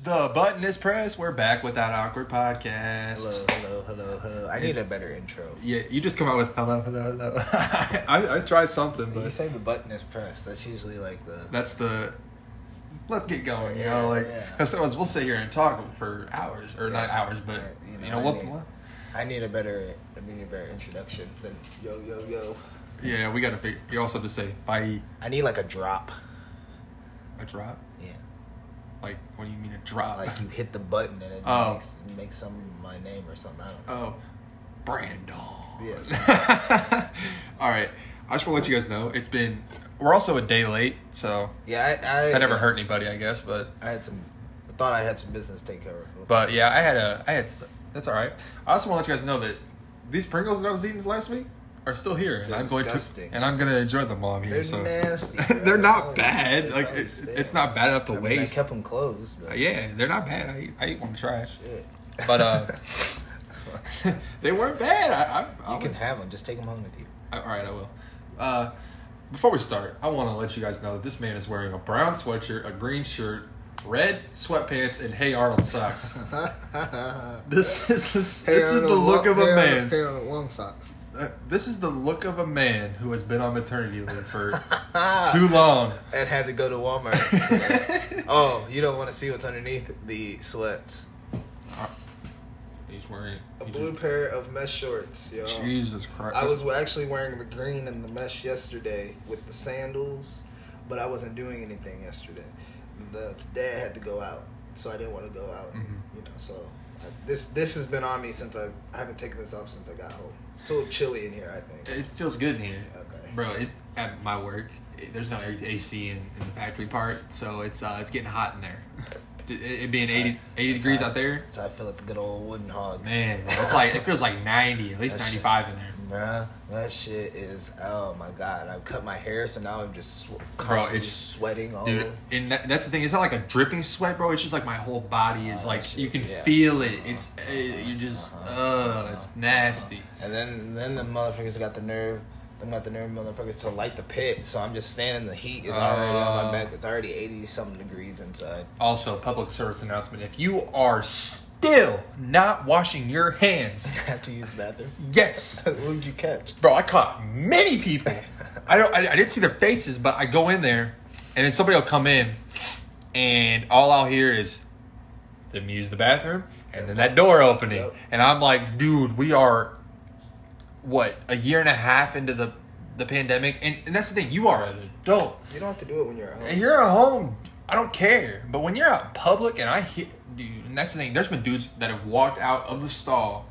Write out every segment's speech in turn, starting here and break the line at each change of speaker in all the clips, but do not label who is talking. The button is pressed. We're back with that awkward podcast.
Hello, hello, hello, hello. I need a better intro.
Yeah, you just come out with hello, hello, hello. I, I tried something,
You
but
say the button is pressed. That's usually like the.
that's the. Let's get going. You
Yeah,
know, like
yeah.
because sometimes we'll sit here and talk for hours, or not
Yeah.
hours, but
Yeah,
you know, what?
I need, I need a better. I need a better introduction than yo, yo, yo.
Yeah, we gotta. Fig- you also just say bye
I need like a drop.
a drop.
Yeah,
Like what do you mean a drop?
like you hit the button and it
Oh.
makes makes some my name or something. I don't know.
Oh, Brandon.
Yes.
All right. I just want to let you guys know it's been. We're also a day late, so
Yeah, I. I
that never hurt anybody, I guess. But
I had some. I thought I had some business takeover.
but yeah, I had a. I had. st- That's all right. I also want to let you guys know that these Pringles that I was eating last week are still here, and
They're
I'm going
disgusting.
to and I'm going to enjoy them while I'm here.
They're
so.
nasty, bro.
they're not
Oh,
bad.
they're
like
probably
it's,
stale.
it's not bad enough to
I, mean, I
waste.
kept them closed. But
yeah, they're not bad. I I eat one to try.
Shit.
But uh, they weren't bad. I, I, I
you can
would-
have them. Just take them home with you.
All right, I will. Uh, before we start, I want to let you guys know that this man is wearing a brown sweatshirt, a green shirt, red sweatpants, and Hey Arnold socks. this is this, this is the look of a man.
long socks.
Uh, this is the look of a man who has been on maternity leave for too long.
And had to go to Walmart. oh, you don't want to see what's underneath the slits.
He's wearing
A
he
blue
just-
pair of mesh shorts, yo.
Jesus Christ!
I was actually wearing the green and the mesh yesterday with the sandals, but I wasn't doing anything yesterday. The today I had to go out, so I didn't want to go out.
Mhm.
You know, so I, this this has been on me since I, I haven't taken this off since I got home. It's a little chilly in here, I think.
It feels good in here,
Okay.
bro. It, at my work, it- there's no AC in, in the factory part, so it's uh, it's getting hot in there. It, it being
It's
80,
hot.
80
It's
degrees
hot.
out there,
So I feel like the good old wooden hog.
Man, bro, it's like it feels like ninety, at least
That
ninety
shit-
five in there.
Bruh, that shit is oh my god! I've cut my hair, so now I'm just sw-
Bro,
constantly
it's-
sweating all
Dude,
over.
and that, that's the thing. It's not like a dripping sweat, bro. It's just like my whole body is
Oh,
like
shit,
you can
yeah.
feel it. It's uh, you just uh, it's nasty.
And then then the motherfuckers got the nerve. Them got the nerve motherfuckers to light the pit. So I'm just standing. The heat is already on
Oh.
my back. It's already eighty something degrees inside.
Also, public service announcement: If you are still not washing your hands,
Have to use the bathroom.
yes,
what did you catch?
bro. I caught many people. I don't. I, I didn't see their faces, but I go in there, and then somebody will come in, and all I'll hear is them use the bathroom, and then that door opening,
Yep.
and I'm like, dude, we are what a year and a half into the the pandemic, and, and that's the thing. You are an adult,
You don't have to do it when you're at home.
and you're at home. I don't care, but when you're out in public, and I hear, dude, and that's the thing. There's been dudes that have walked out of the stall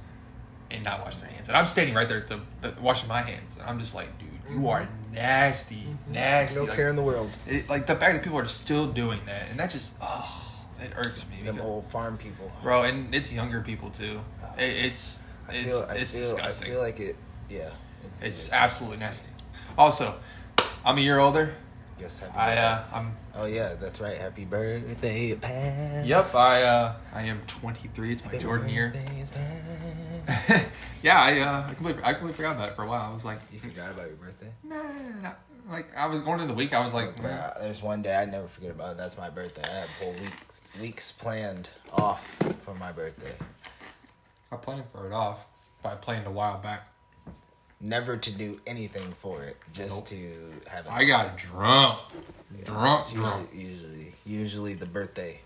and not washed their hands, and I'm standing right there at the, the- washing my hands, and I'm just like, dude, you are nasty, nasty.
Mm-hmm. no
Like,
care in the world.
it, like the fact that people are still doing that, and that just, oh, it irks me,
Them
because-
old farm people.
bro. And it's younger people too. It, it's
I
it's
feel- I
it's
feel-
disgusting.
I feel like it. Yeah.
it's absolutely nasty. Also, I'm a year older.
Yes, happy
I
birthday.
uh, I'm
Oh yeah, that's right. Happy birthday, Pat.
Yep, I uh, I am 23. It's my Jordan year. yeah, I uh, I completely I completely forgot about it for a while. I was like,
You forgot about your birthday?
nah, nah, nah. like I was going into the week. I was like,
Look,
nah.
man, I- there's one day I never forget about. and That's my birthday. I have whole weeks weeks planned off for my birthday.
I planned for it off by playing a while back.
Never to do anything for it, just to have it.
I got drunk, drunk,
It's
drunk,
usually, usually, usually the birthday.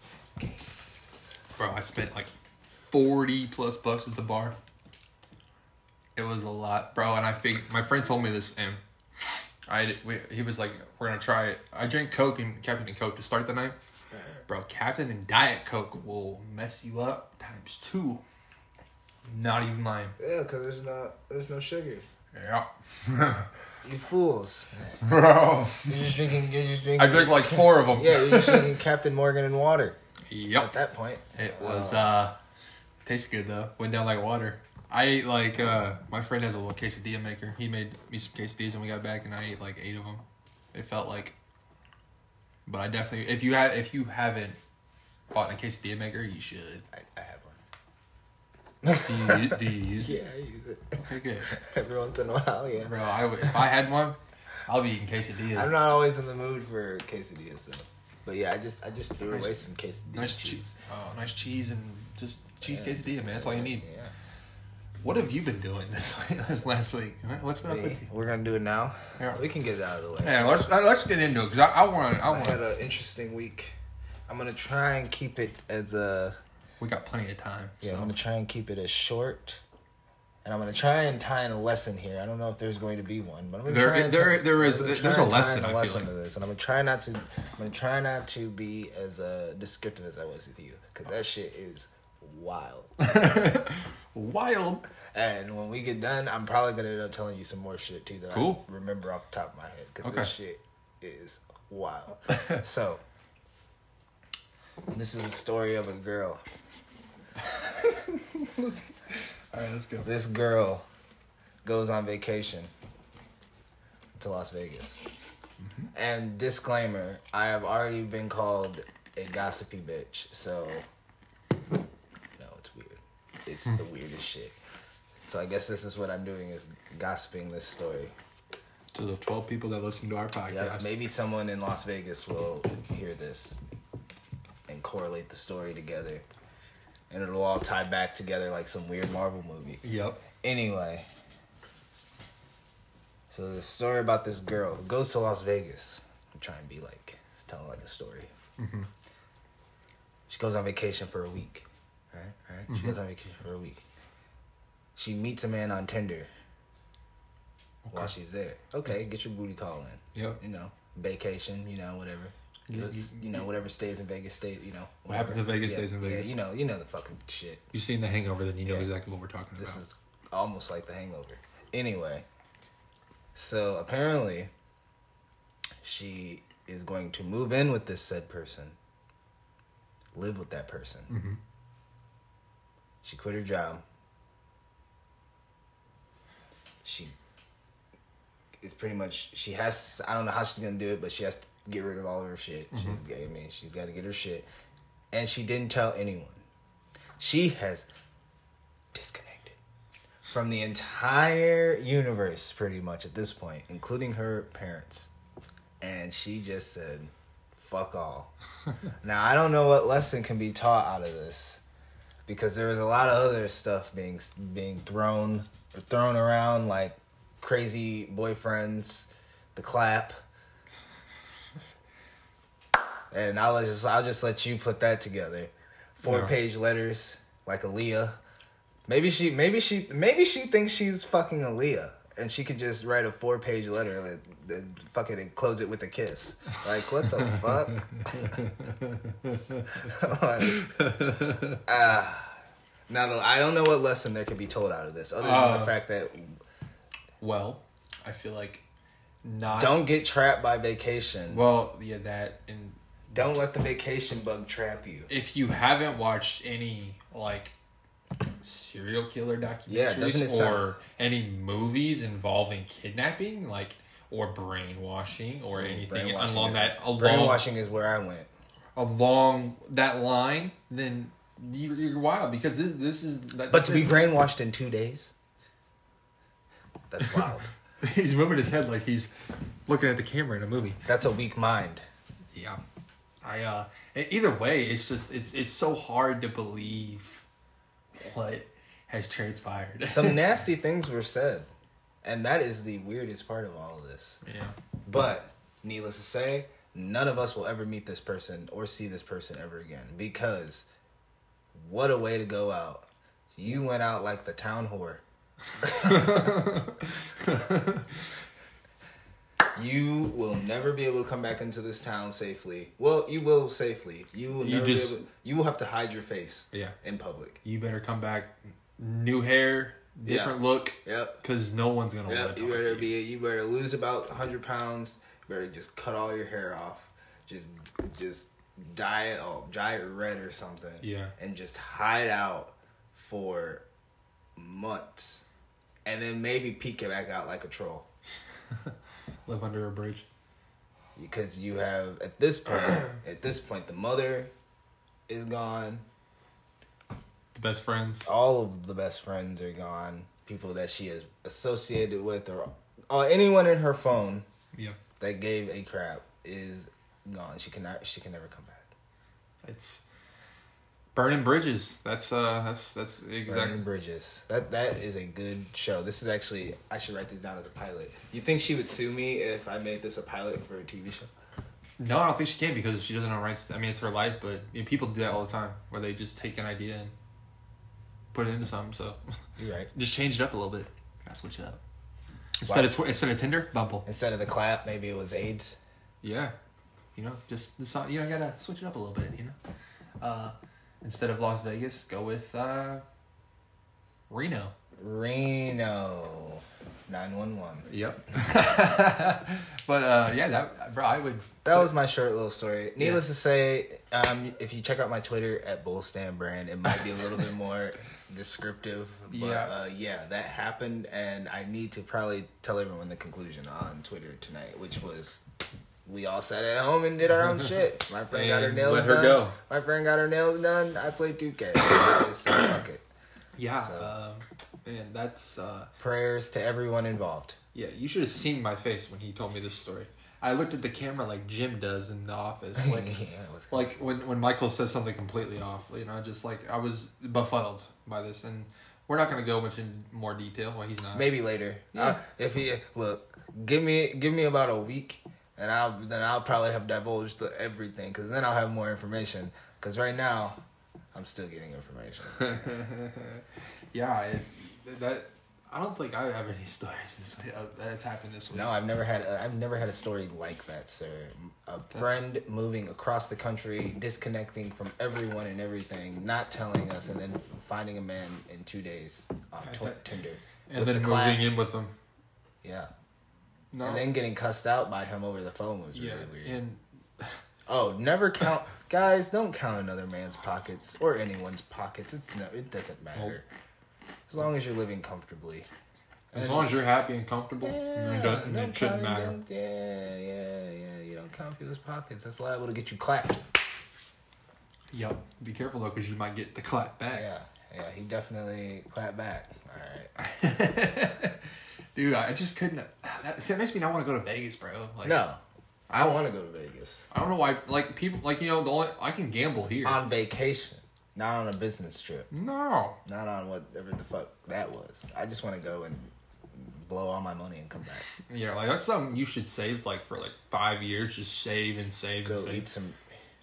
bro. I spent like 40 plus bucks at the bar. It was a lot, bro. And I figured my friend told me this, and I did- we, he was like, "We're gonna try it." I drank Coke and Captain and Coke to start the night. Bro, Captain and Diet Coke will mess you up times two. Not even lying.
Yeah, cause there's not there's no sugar.
Yeah.
You fools!
Bro.
You're just drinking. You're just drinking.
I drank like four of them.
Yeah, you're just drinking Captain Morgan and water. At
Yep.
that point,
It
Oh.
was, uh, tasted good though. Went down like water. I ate like, uh, my friend has a little quesadilla maker. He made me some quesadillas when we got back and I ate like eight of them. It felt like, but I definitely, if you have, if you haven't bought a quesadilla maker, you should.
I, I have one.
Do you, do you use it?
Yeah, I use it
Okay, good.
every once in a while. Yeah,
Bro, I would, if I had one, I'll be eating quesadillas.
I'm not always in the mood for quesadillas though. But yeah, I just I just threw away some quesadilla
Nice
cheese.
cheese. Oh, nice cheese and just cheese
Yeah,
quesadilla, man. That's all you need.
Yeah.
What have you been doing this, this last week? huh? What's been up
We,
with you?
we're gonna do it now.
Yeah.
We can get it out of the way.
Yeah, let's let's get into it because I, I want I
I had
want
an interesting week.
I'm gonna try and keep it as uh
we got plenty of time.
yeah,
so.
I'm gonna try and keep it as short. And I'm gonna try and tie in a lesson here. I don't know if there's going to be one, but I'm gonna
There-
try and
there-
tie-
there is-
I'm gonna
there's
try
a
and tie
lesson,
in
I feel like.
to this, and I'm gonna try not to. I'm gonna try not to be as uh, descriptive as I was with you, because that shit is wild.
Wild.
And when we get done, I'm probably gonna end up telling you some more shit too that
Cool.
I remember off the top of my head because
Okay.
this shit is wild. so, this is a story of a girl.
All right, let's go.
This girl goes on vacation to Las Vegas. And disclaimer: I have already been called a gossipy bitch, so no, it's weird. It's the weirdest shit. So I guess this is what I'm doing is gossiping this story.
To the twelve people that listen to our
Yeah,
podcast,
maybe someone in Las Vegas will hear this and correlate the story together. And it'll all tie back together like some weird Marvel movie.
yep.
Anyway. So the story about this girl who goes to Las Vegas. I'm trying to be like, it's telling like a story.
Mm-hmm.
She goes on vacation for a week. Right? Right? She
Mm-hmm.
goes on vacation for a week. She meets a man on Tinder while
Okay.
she's there. Okay, get your booty call in
Yep.
you know, vacation, you know, whatever.
Yeah,
Let's-
you-
you, know, whatever stays in Vegas stays, you know.
What happens in
whatever.
Vegas
Yeah,
stays in
yeah,
Vegas.
you know, you know the fucking shit.
You've seen The Hangover, then you know
Yeah.
exactly what we're talking
This
about.
is almost like The Hangover. Anyway, so apparently, she is going to move in with this said person, live with that person.
Mhm.
She quit her job. She is pretty much she has. I don't know how she's gonna do it, but she has to get rid of all of her shit. She's. I mean, she's got to get her shit, and she didn't tell anyone. She has disconnected from the entire universe, pretty much at this point, including her parents, and she just said, "Fuck all." now I don't know what lesson can be taught out of this because there was a lot of other stuff being being thrown thrown around like crazy boyfriends, the clap. And I'll just I'll just let you put that together. Four
Yeah.
page letters like Aaliyah. Maybe she maybe she maybe she thinks she's fucking Aaliyah and she could just write a four page letter and, and fucking and close it with a kiss. Like what the fuck? Like, uh, now I don't know what lesson there could be told out of this, other than the
Uh,
fact that
Well, I feel like not.
don't get trapped by vacation.
Well, yeah, that and
don't let the vacation bug trap you.
if you haven't watched any like serial killer
Yeah,
documentaries
doesn't it
or
sound-
any movies involving kidnapping, like or brainwashing or anything
Brainwashing
along
is-
that along
brainwashing is where I went.
along that line, then you, you're wild because this this is that,
But to be
it's-
brainwashed in two days, that's wild.
he's rubbing his head like he's looking at the camera in a movie.
that's a weak mind.
Yeah, I uh. e- Either way, it's just it's it's so hard to believe what has transpired.
Some nasty things were said, and that is the weirdest part of all of this.
yeah.
But needless to say, none of us will ever meet this person or see this person ever again because what a way to go out. You went out like the town whore. you will never be able to come back into this town safely. Well, you will safely. You will
You
never
just-
be able, you will have to hide your face
Yeah.
in public.
you better come back new hair different look
Yep.
because no one's gonna want
Yep.
to
You
talk
better
to you.
be you better lose about 100 pounds. You better just cut all your hair off. Just just dye it all, dye it red or something.
Yeah.
And just hide out for months. And then maybe peek it back out like a troll
live under a bridge
because you have at this point at this point the mother is gone.
the best friends
all of the best friends are gone. People that she is associated with, or uh, anyone in her phone
yeah
that gave a crap, is gone. She cannot. She can never come back.
It's burning bridges. That's uh, that's that's exactly.
Burning Bridges. That that is a good show. This is actually I should write this down as a pilot. You think she would sue me if I made this a pilot for a TV show?
No, I don't think she can because she doesn't own rights. to- I mean, it's her life, but you know, people do that all the time where they just take an idea and put it into something. So
You're right.
just change it up a little bit. Gotta switch it up. Instead of tw- instead of Tinder, Bumble.
Instead of the clap, maybe it was AIDS.
Yeah, you know, just the song. You know, gotta switch it up a little bit. You know, uh, instead of Las Vegas, go with uh, Reno.
Reno, nine one one.
Yep. but uh, yeah, that bro, I would.
That was my short little story. Needless to say, um, if you check out my Twitter at Bullstand Brand, it might be a little bit more descriptive. But
Yeah.
uh, yeah, that happened, and I need to probably tell everyone the conclusion on Twitter tonight, which was we all sat at home and did our own shit. My friend got her
And
nails
let her
done.
go.
My friend got her nails done. I played 2K. I just said, fuck it.
Yeah,
So-
um, man, that's uh,
Prayers to everyone involved.
yeah. You should have seen my face when he told me this story. I looked at the camera like Jim does in the office,
Like,
like
yeah, it was-
like when when Michael says something completely off, you know, just like I was befuddled by this, and we're not gonna go much in more detail. Well, he's not.
Maybe later.
Yeah.
Uh, if he look, give me give me about a week, and I'll then I'll probably have divulged the, everything because then I'll have more information. Because right now, I'm still getting information.
yeah, it, that I don't think I have any stories this way, uh, that's happened this way.
no, I've never had I've never had a story like that, sir. A friend moving across the country, disconnecting from everyone and everything, not telling us, and then finding a man in two days on
I
tw-
bet.
Tinder.
and
with
then
the
moving
clap.
in with them.
Yeah.
No,
And then getting cussed out by him over the phone was really
yeah,
weird.
and
Oh, never count, guys. Don't count another man's pockets or anyone's pockets. It's no, it doesn't matter. As long as you're living comfortably.
as long as you're happy and comfortable,
yeah,
it, doesn't,
don't
it shouldn't
count-
matter.
don't- Yeah, yeah, yeah. You don't count people's pockets. That's liable to get you clapped.
Yep. Be careful though, because you might get the clap back.
Yeah, yeah. He definitely clapped back. All right.
Dude, I just couldn't. That, see, that makes me not want to go to Vegas, bro. Like,
No, I want to go to Vegas
I don't know why. Like people, like you know, the only I can gamble here.
on vacation, not on a business trip,
no.
not on whatever the fuck that was. I just want to go and blow all my money and come back.
Yeah, like that's something you should save like for like five years. Just save and save
go
and save.
eat some.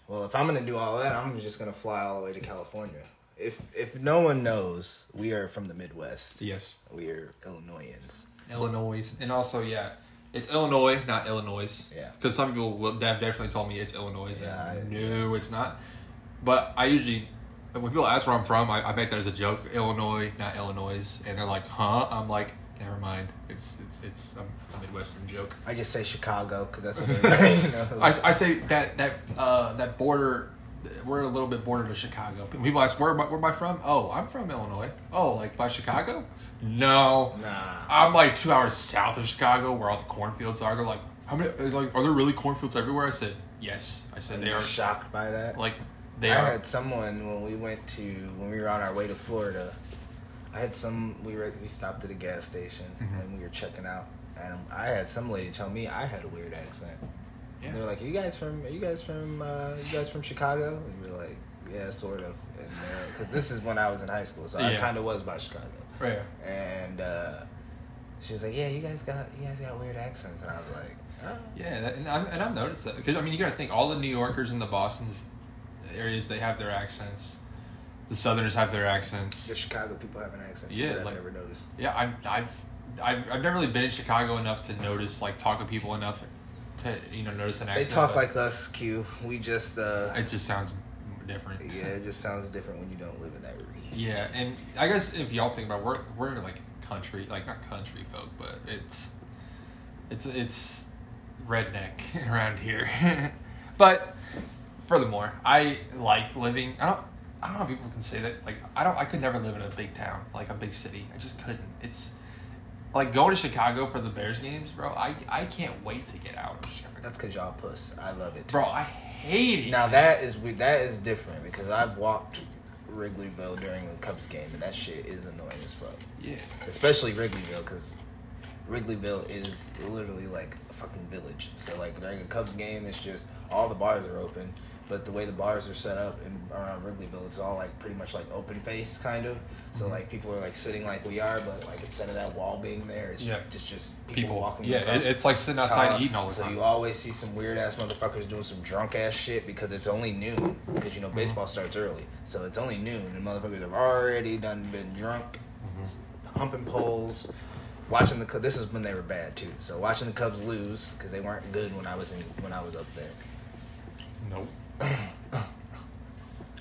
Well, if I'm gonna do all that, I'm just gonna fly all the way to California. If if no one knows, we are from the Midwest.
Yes,
We are Illinoisans.
Illinois, and also yeah, it's Illinois, not Illinois.
Yeah.
because some people will have definitely told me it's Illinois. and
Yeah, I-
no, it's not. But I usually. When people ask where I'm from, I, I make that as a joke. Illinois, not Illinois, and they're like, "Huh?" I'm like, "Never mind. It's it's it's, um, it's a Midwestern joke."
I just say Chicago because that's what everybody knows.
I, I say that that uh, that border, we're a little bit border to Chicago. People ask where am I, where am I from? Oh, I'm from Illinois. Oh, like by Chicago? No,
Nah.
I'm like two hours south of Chicago, where all the cornfields are. They're like, how many? they're Like, are there really cornfields everywhere? I said yes. I said they
I'm
are.
shocked by that.
Like they
I
are.
had someone when we went to when we were on our way to Florida. I had some. We were we stopped at a gas station
Mm-hmm.
and we were checking out. And I had some lady tell me I had a weird accent.
Yeah.
They were like, "Are you guys from? Are you guys from? Uh, you guys from Chicago?" And we were like, "Yeah, sort of." And because this is when I was in high school, so I
Yeah.
kind of was by Chicago.
Right.
And uh, she was like, "Yeah, you guys got you guys got weird accents," and I was like, oh.
Yeah, that, and, I'm, and I've noticed that because I mean you gotta think all the New Yorkers and the Boston's areas they have their accents. The Southerners have their accents.
"The Chicago people have an accent too
Yeah,
that
like-
I've never noticed."
Yeah, I've, I've, I've, I've never really been in Chicago enough to notice, like, talk with people enough to, you know, notice an
They
accent.
talk
but
like us, Q. We just uh,
It just sounds different.
Yeah, it just sounds different when you don't live in that region.
Yeah, and I guess if y'all think about it, we're, we're, like, country, like, not country folk, but it's, it's, it's redneck around here. but, furthermore, I like living, I don't, I don't know if people can say that. Like, I don't, I could never live in a big town, like a big city. I just couldn't. It's, like going to Chicago for the Bears games, bro. I I can't wait to get out of Chicago,
That's cause y'all puss. I love it.
bro. I hate it.
Now that is we that is different because I've walked Wrigleyville during a Cubs game and that shit is annoying as fuck.
yeah,
Especially Wrigleyville because Wrigleyville is literally like a fucking village. So like during a Cubs game, it's just all the bars are open, but the way the bars are set up in around Wrigleyville, it's all like pretty much like open face kind of. So like people are like sitting like we are, but like instead of that wall being there, it's
Yeah.
just just people,
People,
walking.
yeah,
across
it, it's like sitting outside
time.
eating all the
so
time.
you always see some weird ass motherfuckers doing some drunk ass shit because it's only noon. Because
Mm-hmm.
you know baseball starts early, so it's only noon, and motherfuckers have already done been drunk,
Mm-hmm.
humping poles, watching the. Cub- This is when they were bad too. So watching the Cubs lose because they weren't good when I was in when I was up there.
Nope.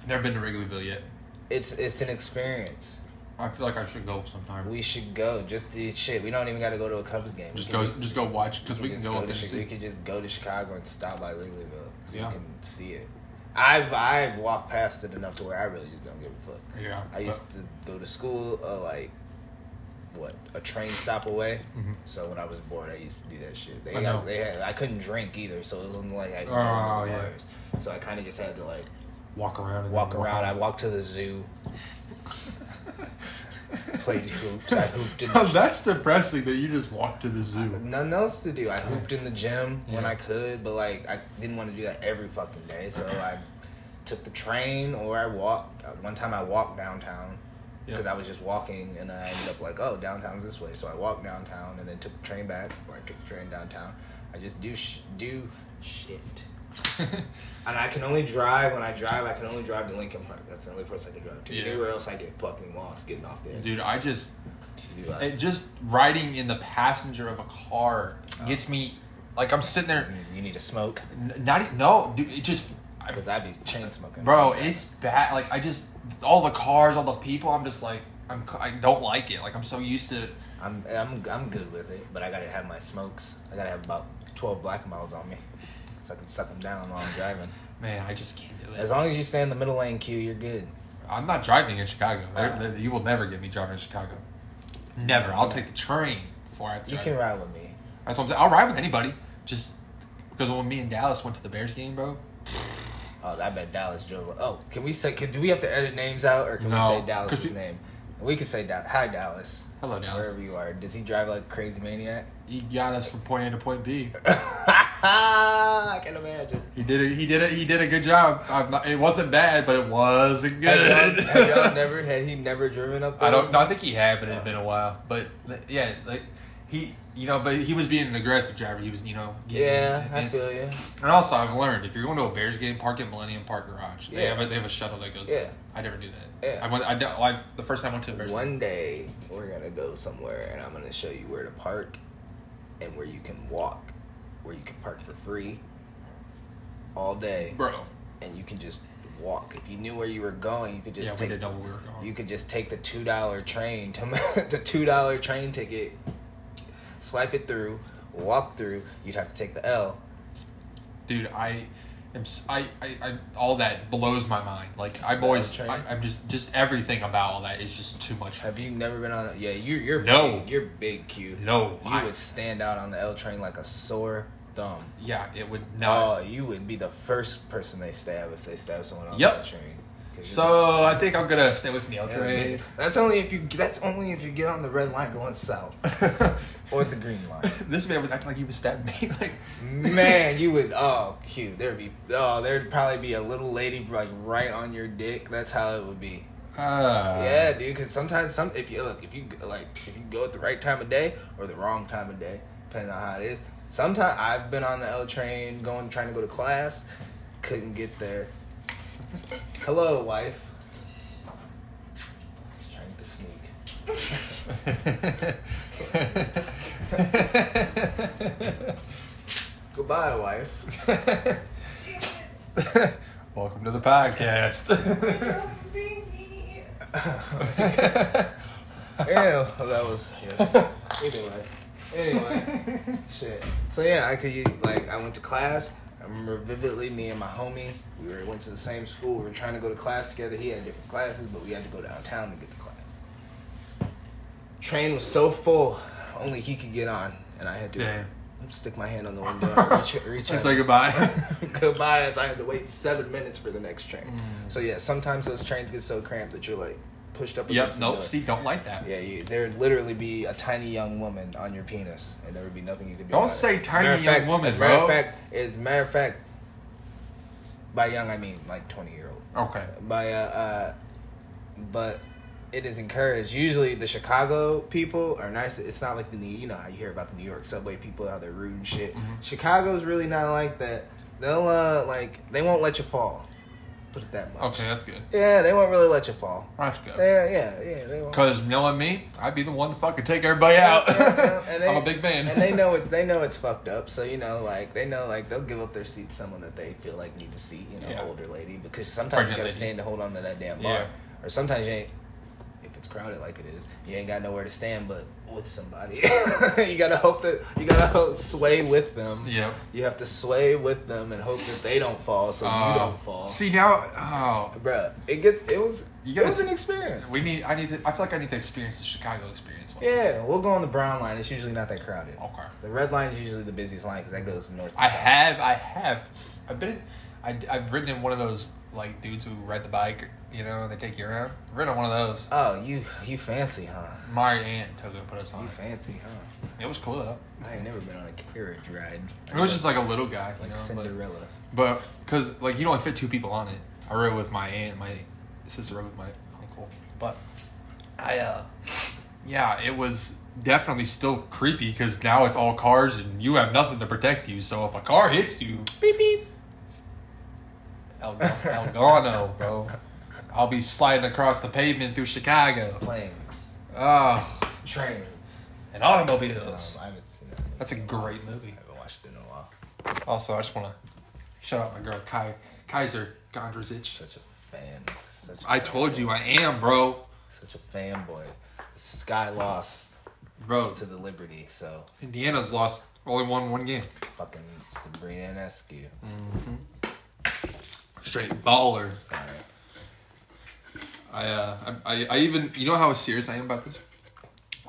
Never been to Wrigleyville yet.
It's it's an experience.
I feel like I should go sometime.
We should go. Just do shit. We don't even got to go to a Cubs game. We
just
can
go, just, go watch because we can
just
go up
to
there. and
Chi-
see.
We could just go to Chicago and stop by Wrigleyville so
Yeah.
you can see it. I've I've walked past it enough to where I really just don't give a fuck.
Yeah,
I used to go to school uh, like what a train stop away.
Mhm.
So when I was bored, I used to do that shit. They
I
got,
know.
they had, I couldn't drink either, so it wasn't like I could
Oh,
go to the
yeah.
bars. So I kind of just had to like
walk around and
walk
then
around. I
home.
walked to the zoo. Played hoops. I hooped in the
Oh, That's depressing that you just walked to the zoo.
nothing else to do. I hooped in the gym when
Yeah.
I could, but like I didn't want to do that every fucking day. So I took the train or I walked. Uh, One time I walked downtown because
Yeah.
I was just walking, and I ended up like, oh, downtown's this way. So I walked downtown and then took the train back. Or I took the train downtown. I just do sh- do shit. And I can only drive when I drive. I can only drive to Lincoln Park. That's the only place I can drive to.
Yeah.
Anywhere else, I get fucking lost getting off there. uh,
Dude, I just
Dude, I-
it just riding in the passenger of a car
Oh.
gets me like I'm sitting there.
you need to smoke
n- Not e- no, dude. It just, I,
because I'd be chain smoking.
bro, it's bad. Like I just all the cars, all the people. I'm just like I'm. c- I don't like it. Like I'm so used to.
I'm I'm I'm good with it, but I gotta have my smokes. I gotta have about twelve black miles on me, so I can suck them down while I'm driving.
Man, I just can't do
As
it.
long as you stay in the middle lane queue, you're good.
I'm not driving in Chicago. There-
Uh.
there- you will never get me driving in Chicago. Never. I'll take the train before I have to.
You
drive.
can ride with me.
That's what I'm saying. I'll ride with anybody. Just because when me and Dallas went to the Bears game, bro.
Oh, I bet Dallas drove. Oh, can we say? Can, do we have to edit names out, or can
No,
we say
'cause
Dallas's
we-
name? We can say Dallas. Hi, Dallas.
Hello, Dallas.
Wherever you are, does he drive like a crazy maniac?
He got us from point A to point B.
I can imagine.
He did it. He did it. He did a good job. I'm not, it wasn't bad, but it wasn't good.
Have y'all, have y'all never had he never driven up there?
I don't. No, I think he had, but it had been a while. But like, yeah, like he, you know, but he was being an aggressive driver. He was, you know, getting-
Yeah, I
and,
feel you.
and also, I've learned if you're going to a Bears game, park at Millennium Park Garage. They
Yeah.
have a, they have a shuttle that goes.
Yeah.
there. I never knew that.
Yeah.
I went. I, d- I- the first time I went to a Bears. game.
One day we're gonna go somewhere and I'm gonna show you where to park and where you can walk, where you can park for free all day,
bro.
and you can just walk. If you knew where you were going, you could just
yeah, we
take
did double. We were going.
you could just take the two dollar train to the two dollar train ticket, swipe it through, walk through. You'd have to take the L.
dude i am s- I, I- I- all that blows my mind like i'm always
train?
I, i'm just just everything about all that is just too much
Have you never been on? A, yeah, you you're
No.
big, you're big Q.
No,
you
I-
would stand out on the L train like a sore thumb.
yeah it would
Oh,
not
you would be the first person they stab if they stab someone on
Yep.
that train. 'Cause you-
so i think i'm gonna stay with me
Yeah, nigga.
okay
that's only if you that's only if you get on the red line going south or the green line.
this man was acting like he was stabbing me like
Man, you would oh cute. There'd be oh there'd probably be a little lady like right on your dick. That's how it would be.
uh,
yeah, dude. Because sometimes some if you look if you like if you go at the right time of day or the wrong time of day, depending on how it is. Sometimes I've been on the L train going trying to go to class, couldn't get there. Hello, wife. Just trying to sneak. Goodbye, wife.
welcome to the podcast
Ew, that was yes. Anyway, anyway, shit. So yeah, I could u- like I went to class. I remember vividly me and my homie. We were, went to the same school. We were trying to go to class together. He had different classes, but we had to go downtown to get to class. Train was so full, only he could get on, and I had to
Damn.
stick my hand on the window, and reach, reach
and
out.
say goodbye
goodbye
Mm.
as I had to wait seven minutes for the next train. So yeah, sometimes those trains get so cramped that you're like,
pushed up
Yep.
against
Nope.
the
See, don't like that.
Yeah, you, there would literally be a tiny young woman on your penis, and there would be nothing you could do.
Don't
about it.
say tiny
Matter of
young
fact-
woman,
As a matter
bro.
of fact, as a matter of fact, by young I mean like twenty year old.
Okay.
By uh, uh, but it is encouraged. Usually, the Chicago people are nice. It's not like the New, you know how you hear about the New York subway people how they're rude and shit.
Mm-hmm.
Chicago's really not like that. They'll uh, like they won't let you fall. Put it that much.
Okay, that's good.
Yeah, they won't really let you fall.
That's good.
Yeah, yeah, yeah. They won't.
Because knowing me, I'd be the one to fucking take everybody out.
Yeah, yeah, and
I'm a
they-
big man.
and they know it. They know it's fucked up. So you know, like they know, like they'll give up their seat to someone that they feel like needs a seat. You know,
Yeah.
older lady because sometimes
Pregnant
you gotta
lady.
stand to hold on to that damn bar,
Yeah.
or sometimes you ain't. If it's crowded like it is, you ain't got nowhere to stand but with somebody. you gotta hope that you gotta hope, sway with them.
Yep.
You have to sway with them and hope that they don't fall, so
Uh,
you don't fall.
See now, oh,
Bruh, it gets it was
You gotta-
it was an experience.
we need. I need to. I feel like I need to experience the Chicago experience. one day.
yeah, we'll go on the brown line. It's usually not that crowded.
Okay.
The red line is usually the busiest line because that goes north. to
I
south.
have. I have. I've been. I, I've ridden in one of those like dudes who ride the bike. You know, and they take you around. I've ridden on one of those.
Oh, you you fancy, huh?
My aunt took it, and put us on.
You
It.
fancy, huh?
It was cool though.
I ain't never been on a carriage ride.
It was just like a little guy, you
like
know. but-
Cinderella.
But because like you don't fit two people on it. I rode with my aunt, my sister rode with my uncle. But I, uh yeah, it was definitely still creepy because now it's all cars and you have nothing to protect you. So if a car hits you,
Beep beep.
El, El Gano, bro, I'll be sliding across the pavement through Chicago.
Planes,
Ah,
trains.
and
Um,
automobiles.
I haven't seen that. movie.
That's a great movie.
I haven't watched it in a while.
Also, I just want to shout out my girl Kai Kaiser Gondrazich.
Such a fan. Such a
I told you I am, bro.
Such a fanboy. Sky lost
Bro,
to the Liberty, so
Indiana's lost only won one game.
fucking Sabrina and Eskew.
Mm. Straight baller.
All right.
I, uh, I, I, I even you know how serious I am about this.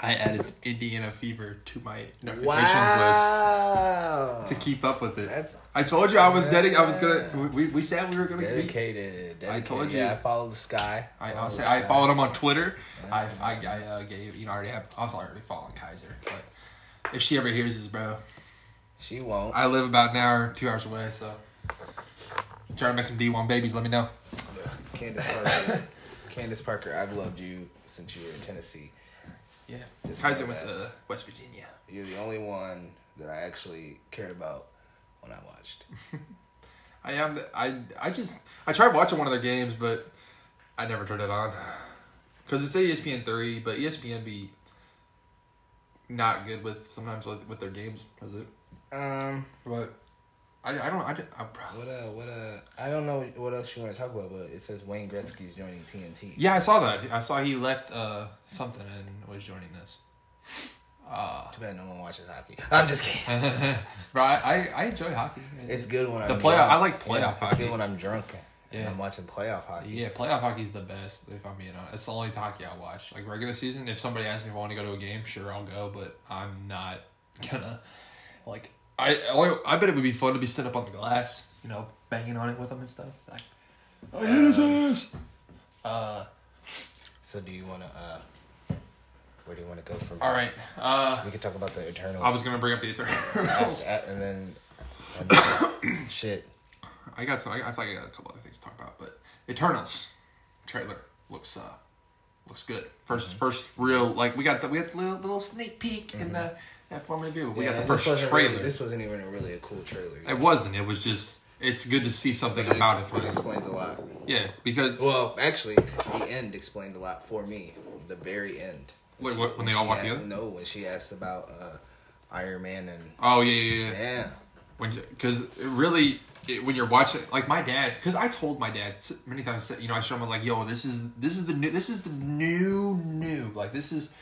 I added Indiana fever to my notifications
Wow.
list to keep up with it.
That's-
I told you I was dedic- I was gonna. We, we, we said we were gonna. be
Dedicated, dedicated.
I told you.
Yeah, I follow the sky.
I
Follow
I'll
the
say I
sky.
followed him on Twitter. I I, I uh, gave you know I already have I was already following Kaiser, but if she ever hears this, bro,
She won't.
I live about an hour, two hours away, so trying to make some D one babies. Let me know.
Candace Parker. Candace Parker, I've loved you since you were in Tennessee.
Yeah,
Just
Kaiser
know
went
that.
to West Virginia.
You're the only one that I actually cared about when I watched.
I am. The, I I just I tried watching one of their games, but I never turned it on because it's ESPN three, but E ESPN be not good with sometimes with, with their games. Is it?
Um,
But I I don't I, did- I probably
what uh, what uh, I don't know what else you want to talk about, but it says Wayne Gretzky's joining TNT.
yeah I saw that I saw he left uh something and was joining this. Uh,
Too bad no one watches hockey. I'm just kidding.
bro, I, I I enjoy hockey.
It's good when
The
I'm
playoff-
Drunk.
I like playoff
yeah, It's
hockey.
good when I'm drunk. Yeah,
Yeah.
and I'm watching playoff hockey.
Yeah, playoff hockey's the best. If I'm being honest, it's the only hockey I watch. Like regular season, if somebody asks me if I want to go to a game, sure I'll go, but I'm not gonna like. I I I bet it would be fun to be sitting up on the glass, you know, banging on it with them and stuff. Like, I hit his ass. Uh,
So do you want to? uh Where do you want to go from?
all right. Uh,
We could talk about the Eternals.
I was gonna bring up the Eternals.
After- and then and then- shit.
I got some. I, I feel like I got a couple other things to talk about, but Eternals trailer looks uh looks good. 1st
Mm-hmm.
first real like we got the we got the little, little sneak peek in the that form review. We
Yeah,
got the
this
first
wasn't
trailer.
really- this wasn't even a really a cool trailer.
it wasn't. It was just it's good to see something about it.
It
For
explains a lot.
yeah, because
Well, actually, the end explained a lot for me. The very end.
Wait, what, when they all
she
walk
a-
together?
No, when she asked about uh, Iron Man and
oh yeah yeah yeah.
yeah,
when because really it, when you're watching like my dad because I told my dad s- many times you know I showed him I'm like yo this is this is the new this is the new new like this is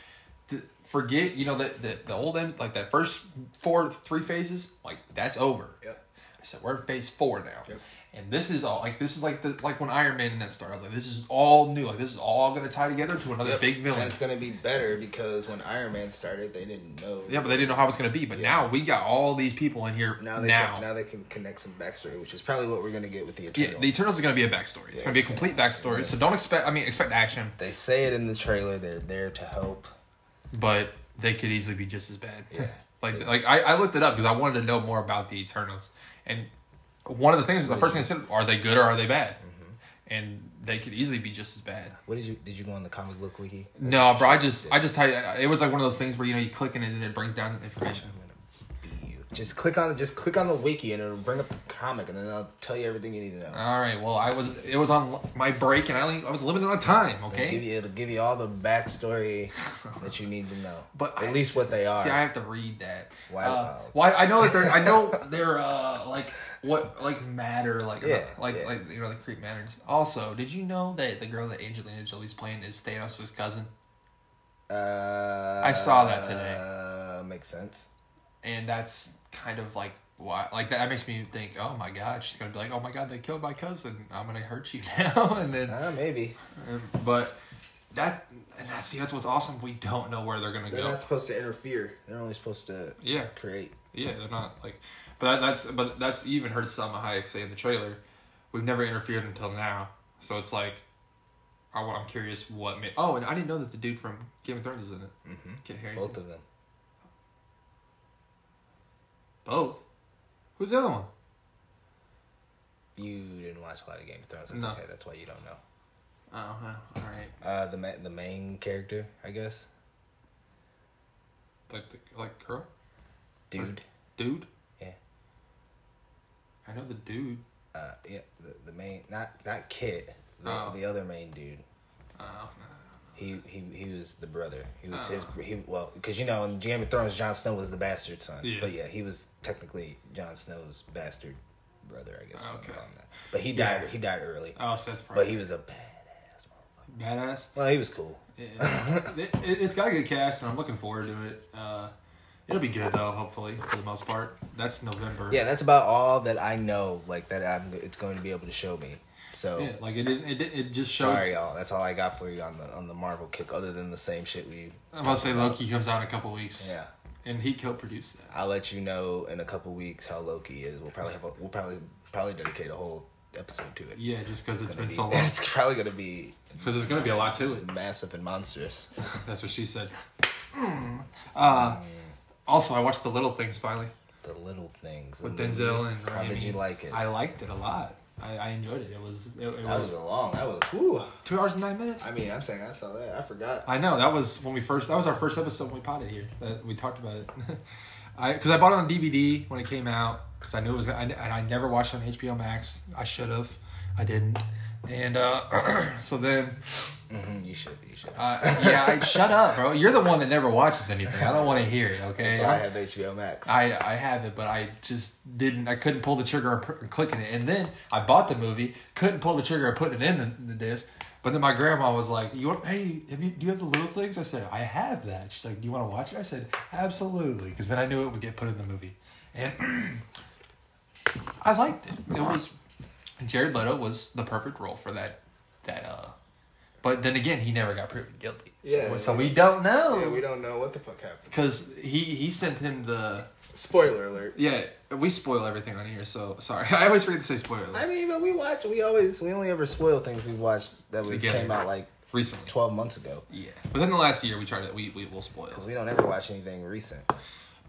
the, forget you know the, the the old end like that first four three phases like that's over
Yep.
I said we're in phase four now
Yep.
and this is all like this is like the like when Iron Man and that started. I was like, this is all new. Like this is all gonna tie together to another
Yep.
big villain.
And it's gonna be better because when Iron Man started, they didn't know.
Yeah, but they didn't know how it was gonna be. But now we got all these people in here
now
now.
they Can, now they can connect some backstory, which is probably what we're gonna get with the Eternals.
yeah, the Eternals is gonna be a backstory. It's gonna be a complete backstory. So don't expect. I mean, expect action,
They say it in the trailer. They're there to help.
but they could easily be just as bad. like like I, I looked it up because I wanted to know more about the Eternals, and one of the things the first thing I said are they good or are they bad,
Mm-hmm.
and they could easily be just as bad.
What did you did you go on the comic book wiki? That's
No,
what
bro. I
you
just, I just, had- I, it was like one of those things where you know you click and it, and it brings down the information.
should be. Just click on just click on the wiki and it'll bring up the comic and then I'll tell you everything you need to know.
All right. Well, I was, it was on my break and I only, I was limited on time.
It'll give
Okay.
you it'll give you all the backstory that you need to know.
But
at
I-
least what they are.
See, I have to read that.
Wow.
Uh, well, I, I know that they're, I know they're uh like what like matter like
Yeah,
like
yeah.
like you know like creep matters. Also, did you know that the girl that Angelina Jolie's playing is Thanos' cousin?
uh,
I saw that today.
Uh, makes sense.
and that's kind of like why like that makes me think oh my god she's gonna be like oh my god they killed my cousin i'm gonna hurt you now and then
Uh, maybe
but that's and that's see that's what's awesome we don't know where they're gonna
They're
go
not supposed to interfere.
they're only supposed to
yeah
create.
yeah they're not like but that, that's but that's even heard Salma Hayek say in the trailer we've never interfered until now so it's like I, am curious what made oh and i didn't know that the dude from game of thrones is in it mm-hmm. Kit Harington.
Both of them.
both who's the other one
You didn't watch a lot of Game of Thrones. That's
No.
okay. That's why you don't know.
oh well, all right
Uh, the ma- the main character, I guess,
like the like girl
dude.
dude
Yeah.
I know the dude.
Uh, yeah. The, the main, not not Kit. The,
Oh.
the other main dude.
Oh,
He he he was the brother. He was his he well because you know in Game of Thrones, Jon Snow was the bastard son.
Yeah.
But yeah, he was technically Jon Snow's bastard brother. I guess. you wanna
Okay.
call him that. But he died.
Yeah.
He died early.
oh so that's probably
But he was a badass. motherfucker.
badass.
Well, he was cool.
Yeah. it, it, has got a good cast, and I'm looking forward to it. Uh, it'll be good though, hopefully for the most part. That's November.
Yeah, that's about all that I know. Like that, I'm it's going to be able to show me. So.
Yeah, like it didn't. It, didn't- it just shows.
Sorry, y'all. That's all I got for you on the on the Marvel kick. Other than the same shit we,
I'm gonna say Loki comes out in a couple weeks.
yeah.
and he co-produced that.
I'll let you know in a couple weeks how Loki is. We'll probably have a, we'll probably probably dedicate a whole episode to it.
Yeah, just because it's been
Be-
so long.
it's probably gonna be
Because there's gonna be a lot to it.
massive and monstrous.
That's what she said. Mm. Uh, also, I watched The Little Things finally
The little things.
with
the movie.
Denzel and.
How did
Raimi.
you like it?
I liked it a lot. I, I enjoyed it. It was it, it
that
was,
was a long. That was. Whew.
two hours and nine minutes.
I mean, I'm saying I saw that. I forgot.
I know that was when we first. That was our first episode when we potted here. That we talked about it. I because I bought it on DVD when it came out because I knew it was. I, and I never watched it on HBO Max. I should have. I didn't. And uh, so then,
Mhm, you should. You should.
uh, yeah, I, shut up, bro. You're the one that never watches anything. I don't want to hear it. Okay.
That's why I have HBO Max.
I, I have it, but I just didn't. I couldn't pull the trigger on pr- clicking it. And then I bought the movie, couldn't pull the trigger on putting it in the, the disc. But then my grandma was like, "You want, hey, have you, do you have the little things?" I said, "I have that." She's like, "Do you want to watch it?" I said, "Absolutely," because then I knew it would get put in the movie, and I liked it. It was Jared Leto was the perfect role for that. That uh, but then again, he never got proven guilty. So-
Yeah,
so
yeah.
we don't know.
Yeah, we don't know what the fuck happened.
because he, he sent him the
Spoiler alert.
yeah, we spoil everything on here, so sorry. I always forget to say spoiler alert.
I mean, but we watch. We always. We only ever spoil things we watched that was
Together.
came out like
recently.
twelve months ago.
Yeah. Within the last year, we try to we we will spoil.
Because we don't ever watch anything recent.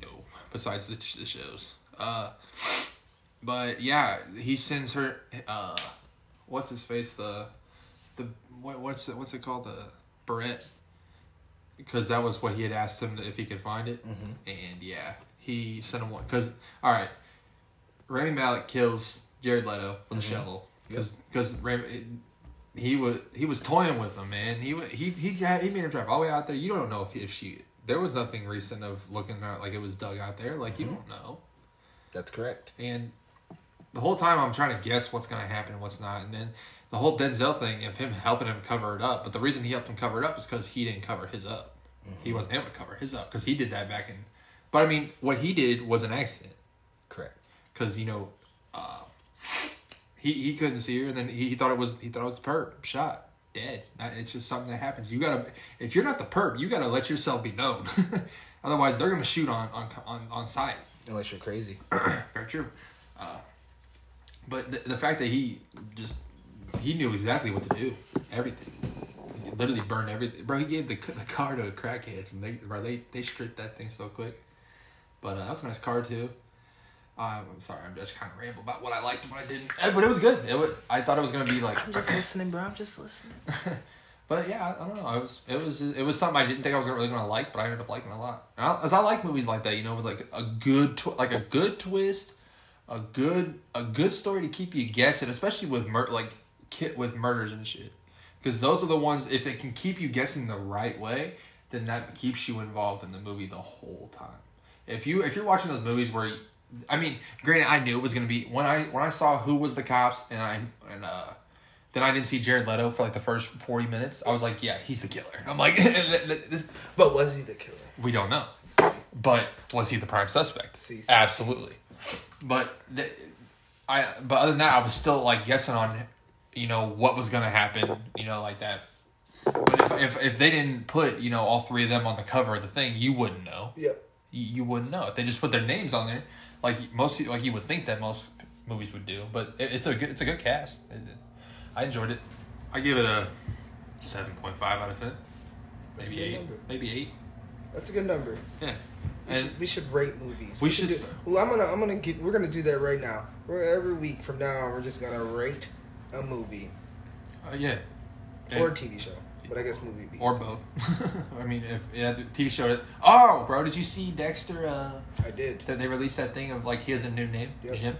No, besides the, the shows. Uh, but yeah, he sends her. Uh, what's his face? The the what, what's it, what's it called? The Barrett. Because that was what he had asked him if he could find it, and yeah, he sent him one. Because all right, Rami Malik kills Jared Leto with a shovel. Because because he was he was toying with him, man. He wa- he he had- he made him drive all the way out there. You don't know if he, if she there was nothing recent of looking at like it was dug out there. Like you don't know.
That's correct.
And the whole time I'm trying to guess what's gonna happen and what's not. And then the whole Denzel thing of him helping him cover it up. But the reason he helped him cover it up is because he didn't cover his up. He wasn't able to cover his up because he did that back in. But I mean, what he did was an accident
Correct.
because you know, uh, he he couldn't see her, and then he, he thought it was he thought it was the perp shot dead. Not- It's just something that happens. You gotta if you're not the perp, you gotta let yourself be known. Otherwise, they're gonna shoot on on on, on sight.
Unless you're crazy.
Very true. Uh, but the, the fact that he just he knew exactly what to do, everything. He literally burned everything, bro. He gave the, c- the car to the crackheads, and they bro they they stripped that thing so quick. But uh, that was a nice car too. Um, I'm sorry, I'm just kind of ramble about what I liked and what I didn't. Eh, But it was good. It was, I thought it was gonna be like,
I'm just listening, bro. I'm just listening.
but yeah, I, I don't know. I was it was it was something I didn't think I was really gonna like, but I ended up liking it a lot. And I, as I like movies like that, you know, with like a good tw- like a good twist, a good a good story to keep you guessing, especially with mur- like kit with murders and shit. Because those are the ones if they can keep you guessing the right way, then that keeps you involved in the movie the whole time. If you if you're watching those movies where, you- I mean, granted, I knew it was gonna be when I when I saw who was the cops and I and uh then I didn't see Jared Leto for like the first 40 minutes. I was like, yeah, he's the killer. I'm like, this-
But was he the killer?
we don't know. But was he the prime suspect?
See, see.
Absolutely. But th- I but other than that, I was still like guessing on, you know, what was gonna happen, you know, like that. But if, if, if they didn't put you know all three of them on the cover of the thing, you wouldn't know.
Yep.
You, you wouldn't know if they just put their names on there, like most like you would think that most movies would do. But it, it's a good it's a good cast. It- it- I enjoyed it. I give it a seven point five out of ten.
That's a
Maybe
good
eight.
number.
Maybe eight.
That's a good number.
Yeah.
We,
And
should, we should rate movies.
We should
do-
s-
well, I'm gonna I'm gonna get. We're gonna do that right now. We're, every week from now on, we're just gonna rate a movie
uh, yeah. And-
or a TV show. But I guess movie be
or
easy.
both. I mean, if yeah, the TV show. it- Oh, bro, did you see Dexter? Uh,
I did.
that they released that thing of like he has a new name,
Yep.
Jim.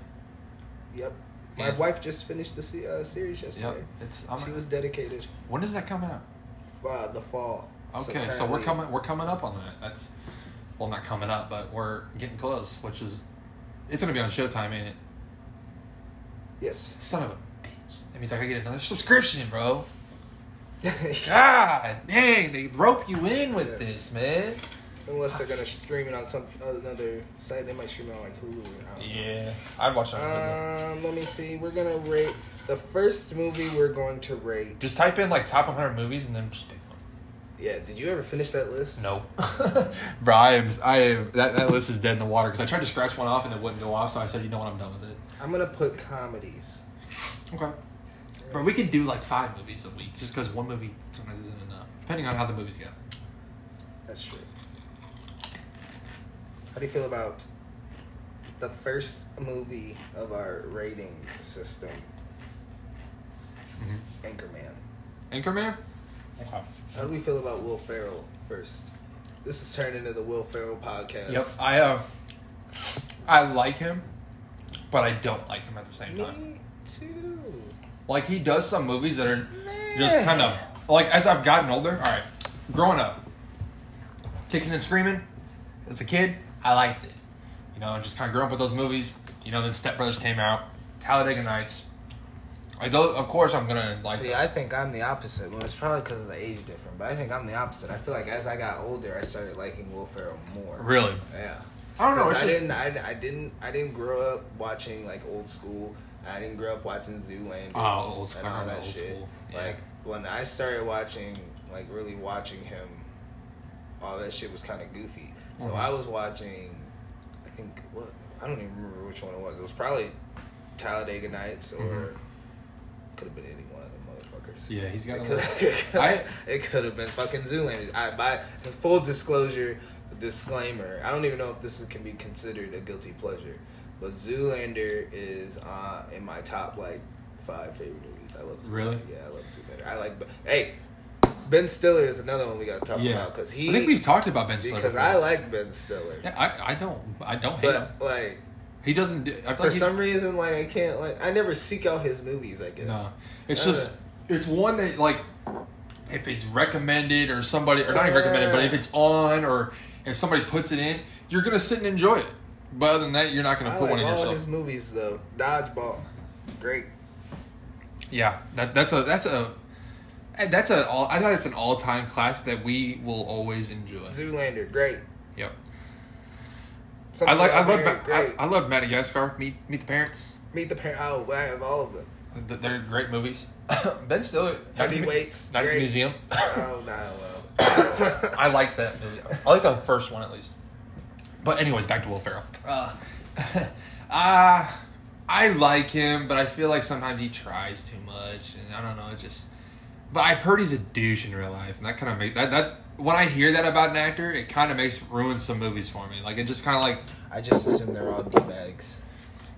Yep. My
Yeah.
wife just finished the se- uh, series
Yep.
yesterday.
It's. I'm,
She was dedicated.
when does that come out?
Uh, the fall.
Okay, so, we're
apparently-
coming we're coming up on that. That's well not coming up, but we're getting close, which is it's gonna be on Showtime, ain't it?
Yes.
Son of a bitch. That means I gotta get another subscription, bro. Ah! God dang, they rope you in with
Yes.
this, man.
Unless they're gonna stream it on some another site, they might stream it on like Hulu. Or, I don't know.
Yeah. I'd watch it on Hulu.
Um, let me see. We're gonna rate the first movie. We're going to rate.
Just type in like top 100 movies and then just pick one.
Yeah. Did you ever finish that list?
No. Bro, I am. I am. That, that list is dead in the water because I tried to scratch one off and it wouldn't go off, so I said, you know what, I'm done with it.
I'm gonna put comedies.
Okay. Bro, we could do like five movies a week just because one movie sometimes isn't enough, depending on how the movies go.
That's true. How do you feel about the first movie of our rating system?
Mm-hmm.
Anchorman.
Anchorman? Okay.
How do we feel about Will Ferrell first? This is turned into the Will Ferrell podcast.
Yep. I uh, I like him, but I don't like him at the same time.
Me too.
Like he does some movies that are
Man.
just kind of like as I've gotten older. All right, growing up, kicking and screaming as a kid, I liked it. You know, just kind of grew up with those movies. You know, then Step Brothers came out, Talladega Nights. Like those, of course, I'm gonna like.
See,
them.
I think I'm the opposite. Well, it's probably because of the age difference, but I think I'm the opposite. I feel like as I got older, I started liking Will Ferrell more.
really.
Yeah.
I don't know.
'Cause
It's
I
just-
didn't. I, I didn't. I didn't grow up watching like old school. I didn't grow up watching Zoolander
Oh, old school.
and all
I
that
remember old
shit.
school. Yeah.
Like when I started watching, like really watching him, all that shit was kind of goofy. So
Mhm.
I was watching. I think what I don't even remember which one it was. It was probably Talladega Nights or
Mhm.
could have been any one of them motherfuckers.
Yeah, he's got.
It
a
could,
little- I-
it could have been fucking Zoolander. I by full disclosure, disclaimer. I don't even know if this is, can be considered a guilty pleasure, but Zoolander is uh, in my top like five favorite movies. I love Zoolander.
Really?
Yeah, I love Zoolander. I like. Hey, Ben Stiller is another one we got to talk
Yeah,
about because he.
I think we've talked about Ben Stiller.
because
before.
I like Ben Stiller,
Yeah, I, I don't. I don't hate him.
but like
He doesn't. Do, I feel
for
like he's,
some reason, like I can't like I never seek out his movies. I guess.
no. It's
Uh.
just. It's one that like, if it's recommended or somebody or not even recommended, but if it's on or if somebody puts it in, you're gonna sit and enjoy it. But other than that, you're not gonna
I
put
like
one in
all
yourself.
his movies though. Dodgeball, great.
Yeah, that, that's a that's a. and That's a all. I thought it's an all time class that we will always enjoy.
Zoolander, great.
Yep. I
Something
like. I
about
love.
Mary,
Ma- I, I love Madagascar. Meet Meet the Parents.
Meet the Parent. Oh, I have all of them.
Th- They're great movies. ben Stiller.
Heavyweights,
Night at the
great.
Museum.
oh no. Well.
I like that movie. I like the first one at least. But anyways, back to Will Ferrell. Uh, uh, I like him, but I feel like sometimes he tries too much, and I don't know. It just, but I've heard he's a douche in real life, and that kind of make that that when I hear that about an actor, it kind of makes ruins some movies for me. Like it just kind of like
I just assume they're all d bags.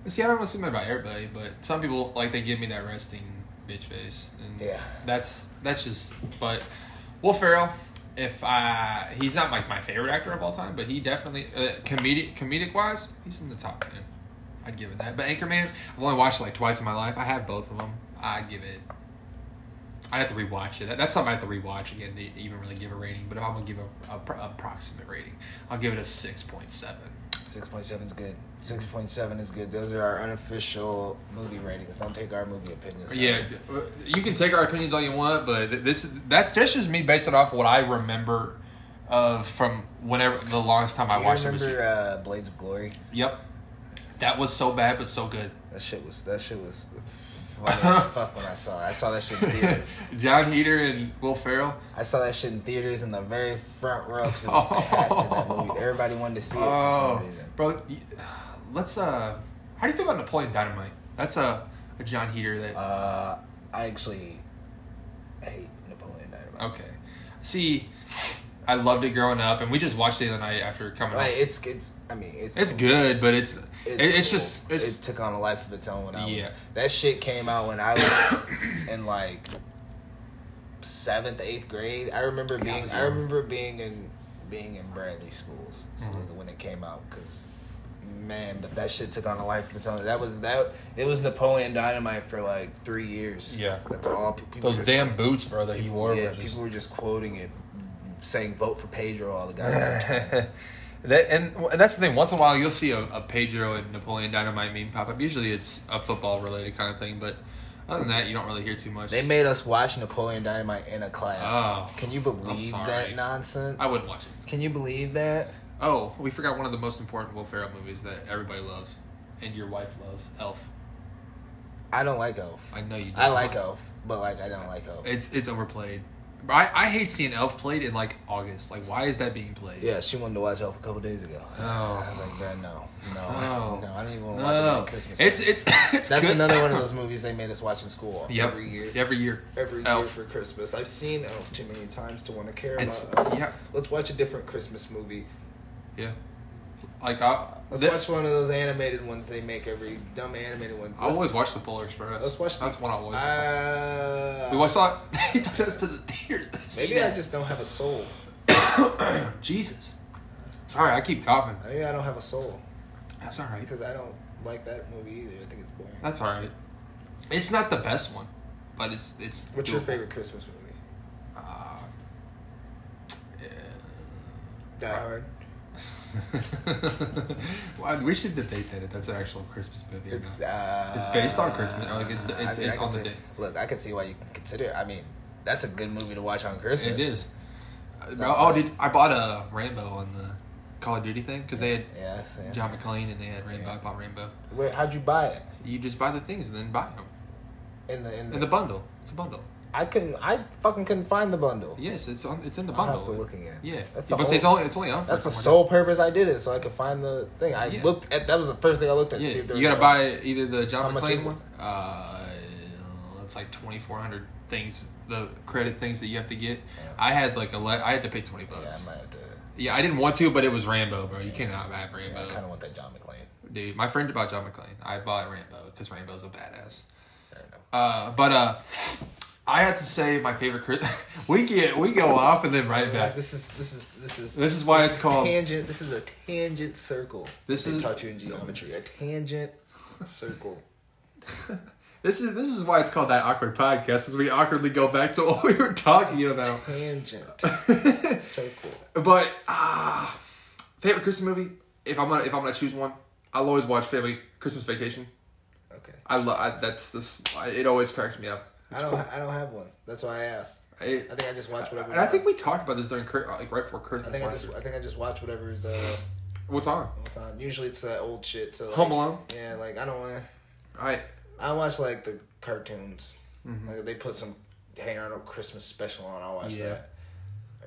See, I don't assume that about everybody, but some people like they give me that resting bitch face, and
Yeah.
that's that's just. But Will Ferrell, if uh, he's not like my favorite actor of all time, but he definitely uh, comedic comedic wise, he's in the top ten. I'd give it that. But Anchorman, I've only watched it like twice in my life. I have both of them. I give it. I'd have to rewatch it. That, that's something I have to rewatch again to even really give a rating. But if I'm gonna give a, a, pro- approximate rating, I'll give it a six point seven.
Six point seven is good. Six point seven is good. Those are our unofficial movie ratings. Don't take our movie opinions.
Yeah, uh, you can take our opinions all you want, but th- this that's that's just me based it off what I remember of from whenever the longest time I
I
watched
watched
it was.
remember uh, Blades of Glory.
Yep, that was so bad but so good.
That shit was. That shit was. Funny as fuck when I saw it. I saw that shit in theaters.
John Heater and Will Ferrell.
I saw that shit in theaters in the very front row because it was packed in that movie. Everybody wanted to see it for
Oh,
some reason.
bro, y- let's. uh How do you feel about Napoleon Dynamite? That's a, a John Heater that.
Uh, I actually hate Napoleon Dynamite.
okay, see, I loved it growing up, and we just watched it the other night after coming.
Like
Like,
it's it's. I mean it's
it's good, but it's it's,
cool.
it's just it's
it took on a life of its own when I
Yeah.
was that shit came out when I was in like seventh eighth grade. I remember
I
being
was
I
young.
remember being in being in Bradley schools so
Mm-hmm.
when it came out because man, but that shit took on a life of its own. That was that it was Napoleon Dynamite for like three years.
Yeah.
that's all pe- people.
Those
just-
damn boots, bro, that he wore.
yeah,
were just,
people were just quoting it, saying vote for Pedro all the goddamn time.
that and, and that's the thing. Once in a while, you'll see a, a Pedro and Napoleon Dynamite meme pop up. Usually, it's a football related kind of thing, but other than that, you don't really hear too much.
They made us watch Napoleon Dynamite in a class.
Oh,
Can you believe
sorry.
that nonsense?
I wouldn't watch it.
Can you believe that?
Oh, we forgot one of the most important Will Ferrell movies that everybody loves, and your wife loves, Elf.
I don't like Elf.
I know you. do
I like Elf, but like I don't like Elf.
It's it's overplayed. Bro, I, I hate seeing Elf played in like August. Like, why is that being played?
Yeah, she wanted to watch Elf a couple days ago. I was
Oh.
like, man, no, no,
No.
no, I don't even want to watch it
No.
on Christmas.
It's
time.
it's it's
that's
good.
another one of those movies they made us watch in school
Yep.
every year.
Every year.
Every year
Elf.
for Christmas, I've seen Elf too many times to want to care
It's
about. Elf.
yeah,
Let's watch a different Christmas movie.
yeah. Like I,
Let's
th-
watch one of those animated ones they make every dumb animated ones.
I always watch the Polar Express.
Let's watch.
That's one I always.
Uh,
we watched that. he took us to the theaters. to see
Maybe I
that.
just don't have a soul.
Jesus. Sorry, I keep coughing.
Maybe I don't have a soul
That's all right.
because I don't like that movie either. I think it's boring.
That's all right. It's not the best one, but it's it's.
What's your
doable.
favorite Christmas movie?
Uh,
Die Hard.
yeah. well, we should debate that if that's an actual Christmas movie. Or
It's,
not.
uh,
It's based on Christmas, or, like, it's- it's-
I mean,
it's
I can
on the
see-
day.
Look, I can see why you consider. it. I mean, that's a good movie to watch on Christmas.
It is. Uh,
It's
bro,
all
oh,
good.
did I bought a Rambo on the Call of Duty thing because they had
Yeah, same.
John McClane and they had Rambo.
Yeah.
I bought Rambo.
Wait, how'd you buy it?
You just buy the things and then buy them
In the in the,
in the bundle. It's a bundle.
I couldn't. I fucking couldn't find the bundle.
Yes, it's on. It's in the
I'll
bundle.
have to look again.
Yeah,
That's
Yeah,
the
but see, it's
whole-
only it's only on.
That's
for
the
someone
sole purpose I did it, so I could find the thing. I
Yeah.
looked at that was the first thing I looked at.
else.
to see
Yeah,
if there
you
was
gotta
a-
buy either the John
How much
McClane
is it?
one. Uh, it's like twenty four hundred things, the credit things that you have to get.
Yeah.
I had like a le- I had to pay twenty
Yeah, I
bucks.
might have to.
Yeah, I didn't want to, but it was Rambo, bro. You cannot have Rambo.
Yeah, I kind of want that John McClane.
Dude, my friend bought John McClane. I bought Rambo because Rambo's a badass.
I don't know.
Uh, but uh, I have to say my favorite. Chris- we get we go off and then right
Yeah,
back.
this is this is this is
This is why
this
it's called-
tangent. This is a tangent circle.
This
they
is-
taught you in geometry. A tangent circle.
This is this is why it's called that awkward podcast, because we awkwardly go back to what we were talking about.
Tangent circle.
But ah, favorite Christmas movie. If I'm gonna if I'm gonna choose one, I'll always watch Family Christmas Vacation.
Okay.
I love that's this. I, it always cracks me up.
I
It's
don't.
cool.
I don't have one. That's why I asked.
It-
I think I just watch whatever.
and I think we talked about this during Chri- like right before
I
Christmas.
think I
last
just.
year.
I think I just watch whatever's uh
What's on?
what's on. Usually it's that old shit. So like,
Home Alone?
Yeah, like I don't want. to
I
I watch like the cartoons.
Mm-hmm.
Like they put some Hey Arnold Christmas special on. I watch
Yeah.
that.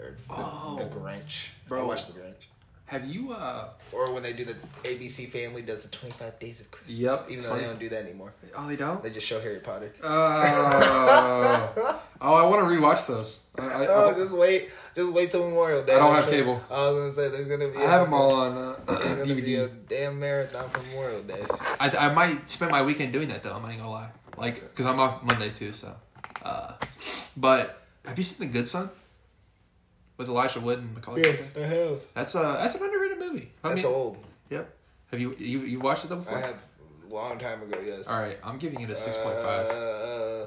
Or the,
Oh.
the Grinch. I
Bro.
watch the Grinch.
have you uh
Or when they do the ABC Family does the Twenty Five Days of Christmas.
Yep,
Even though
20
they don't do that anymore,
oh they don't
they just show Harry Potter.
Uh, Oh, oh, I want to rewatch those. I, I,
Oh,
I,
just wait, just wait till Memorial Day.
I don't
I'm
have
sure-
cable.
I was gonna say there's gonna be.
I
a-
have them all on uh,
There's gonna be a
DVD.
damn marathon for Memorial Day.
I, I might spend my weekend doing that though. I'm not gonna lie, like because I'm off Monday too. So, uh, but have you seen The Good Son with Elijah Wood and Macaulay? Culkin?
I have.
That's a that's an underrated movie. I
That's
mean,
old.
Yep. Have you you you watched it though
I
before?
have a long time ago. Yes.
All right, I'm giving it a six point five.
Uh,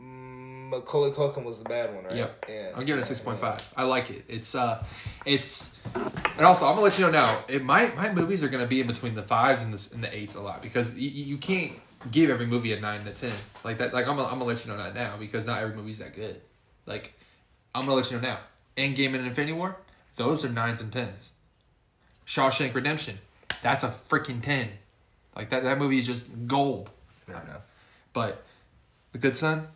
mm, Macaulay Culkin was the bad one, right?
Yep.
Yeah.
I'm giving it
Yeah,
six point
yeah.
five. I like it. It's uh it's and also I'm gonna let you know now, it my my movies are gonna be in between the fives and the s- and the eights a lot because you, you can't give every movie a nine to ten. Like that like I'm gonna, I'm gonna let you know that now because not every movie's that good. Like I'm gonna let you know now. Endgame and Infinity War, those are nines and tens. Shawshank Redemption, that's a freaking ten. Like that that movie is just gold.
Fair enough.
But The Good Son,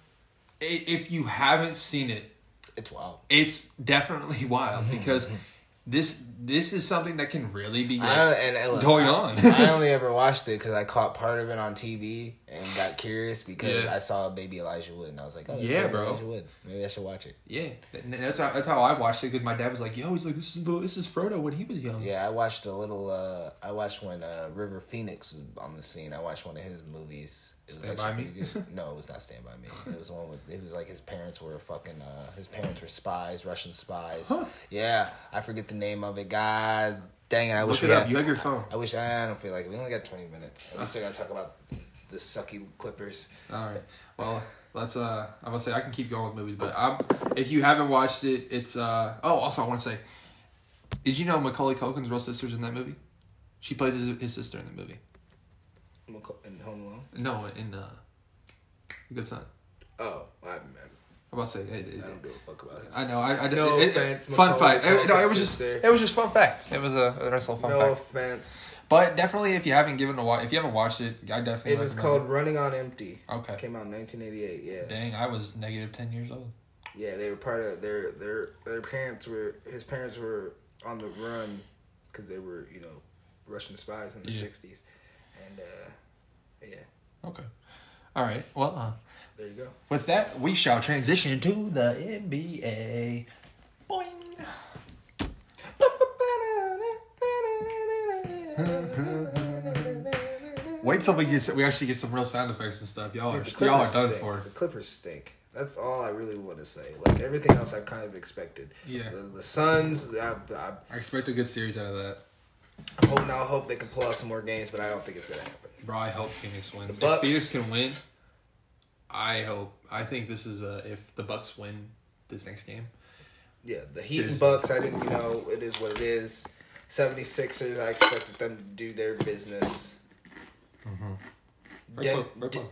i- if you haven't seen it,
It's wild.
it's definitely wild
Mm-hmm,
because this this is something that can really be
I, and, and look,
Going
I-
on.
I only ever watched it because I caught part of it on TV and got curious because
Yeah.
I saw Baby Elijah Wood and I was like, oh, that's
Yeah,
Baby
bro.
Elijah Wood. Maybe I should watch it.
yeah. And that's how that's how I watched it because my dad was like, "Yo, he's like this is the, this is Frodo when he was young."
Yeah, I watched a little. Uh, I watched when uh, River Phoenix was on the scene. I watched one of his movies. It was
Stand By
actually
Me?
pretty good. No, it was not Stand by Me. It was one with. It was like his parents were fucking. Uh, his parents were spies, Russian spies.
Huh.
Yeah, I forget the name of it. God dang it! I wish
Look it
we
up.
had-
You have your phone.
I wish I don't feel like it. we only got twenty minutes.
We still gotta talk about the sucky Clippers.
All right. Well, let's. Uh, I'm gonna say I can keep going with movies, but I'm. If you haven't watched it, it's. uh Oh, also I want to say, did you know Macaulay Culkin's real sister's in that movie? She plays his, his sister in the movie.
Maca- in Home Alone.
No, in uh, Good Son.
Oh, I,
I'm about to say it, it,
I don't give a fuck about this.
I know. I, I
No
it- it-
offense,
Fun
Macaulay
fact. It, no, it
Culkin's
was just.
sister.
It was just fun fact. It was a, a nice little fun
no
fact.
offense.
But definitely, if you haven't given a watch, if you haven't watched it, I definitely.
It was
recommend
called Running on Empty.
Okay.
Came out in 1988. Yeah.
it. Dang, I was negative ten years old.
Yeah, they were part of their their their parents were his parents were on the run because they were you know Russian spies in the
Yeah.
sixties, and uh, yeah,
Okay. All right. Well, uh,
there you go.
with that, we shall transition to the NBA. Boing. Wait till we get we actually get some real sound effects and stuff. Y'all
Dude, the
are y'all
Clippers
are done
stink.
for.
The Clippers stink. That's all I really want to say. Like everything else, I kind of expected.
Yeah.
The, the Suns. I, I
I expect a good series out of that.
hope and I'll hope they can pull out some more games, but I don't think it's gonna happen.
Bro, I hope Phoenix wins.
The Bucks.
If Phoenix can win, I hope. I think this is a if the Bucks win this next game.
Yeah, the Heat and
Seriously.
Bucks, I didn't, you know, it is what it is. 76ers, I expected them to do their business.
Mm-hmm.
Den- Den-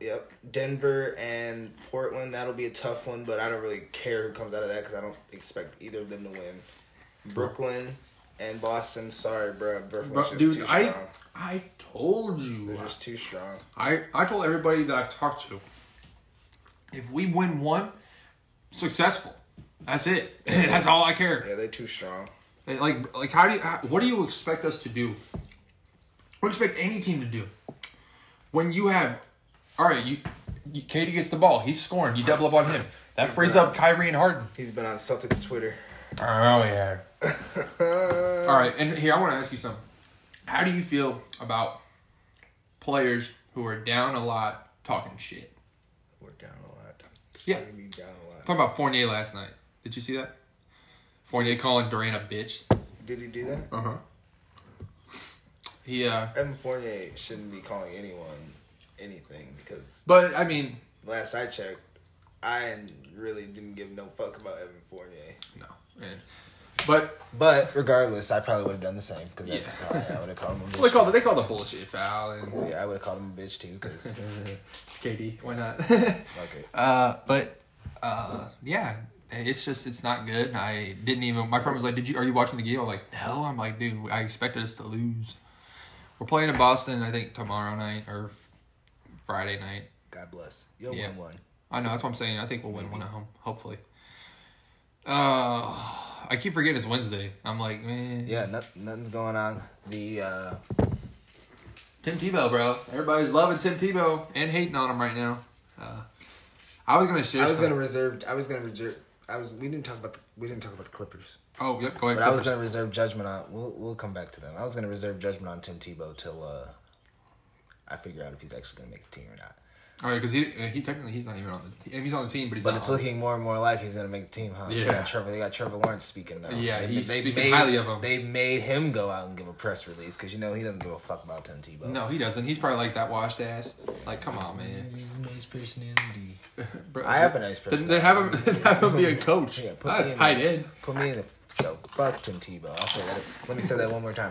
yep. Denver and Portland, that'll be a tough one, but I don't really care who comes out of that because I don't expect either of them to win. Brooklyn and Boston, sorry, bro. Brooklyn's
Bro,
just
dude,
too
I
strong.
I told
They're
you.
just too strong.
I I told everybody that I've talked to. If we win one, successful. That's it. That's all I care.
Yeah, they're too strong.
Like like how do you how, what do you expect us to do? What do you expect any team to do? When you have all right, you, you Katie gets the ball, he's scoring. You double up on him. That frees up Kyrie and Harden.
He's been on Celtics Twitter.
Oh yeah. All right, and here I want to ask you something. How do you feel about players who are down a lot talking shit?
We're down a lot.
Yeah.
We be down a lot.
Talk about Fournier last night. Did you see that? Fournier calling Durant a bitch.
Did he do that?
Uh huh. He uh,
Evan Fournier shouldn't be calling anyone anything because
but I mean,
last I checked, I really didn't give no fuck about Evan Fournier.
no, man. But
But regardless, I probably would have done the same because
Yeah.
that's how I, would have called him a
well, they
bitch.
call they call the bullshit foul and uh,
yeah, I would have called him a bitch too because
it's KD. Why not?
fuck it.
uh, but uh, yeah, it's just it's not good. I didn't even. My friend was like, "Did you? Are you watching the game?" I'm like, "No." I'm like, "Dude, I expected us to lose." We're playing in Boston, I think, tomorrow night or f- Friday night.
God bless. You'll
Yeah.
win one.
I know that's what I'm saying. I think we'll win one at home, hopefully. Uh, I keep forgetting it's Wednesday. I'm like, man,
Yeah, no, nothing's going on. The uh,
Tim Tebow, bro. Everybody's loving Tim Tebow and hating on him right now. Uh, I was gonna share.
I was
some-
gonna reserve. I was gonna reserve. I was. We didn't talk about. The, we didn't talk about the Clippers.
Oh, yep. Go ahead.
but I
Clippers.
was gonna reserve judgment on. We'll we'll come back to them. I was gonna reserve judgment on Tim Tebow till uh, I figure out if he's actually gonna make the team or not.
All right, because he uh, he technically he's not even on the team. He's on the team, but he's
But
not.
it's
on-
looking more and more like he's gonna make the team, huh? They
Yeah.
got Trevor. They got Trevor Lawrence speaking now.
Yeah,
They-
he's
they
speaking
made-
highly of him.
They made him go out and give a press release because you know he doesn't give a fuck about Tim Tebow.
no, he doesn't. He's probably like that washed ass. Like, come on, man.
nice personality.
Bro,
I have a nice
Then-
personality.
Then have him, then have him be a coach.
Yeah, put
not
me
a
in
tight
there.
end.
Put me in the so fuck Tim Tebow. I'll say that. Let me say that one more time.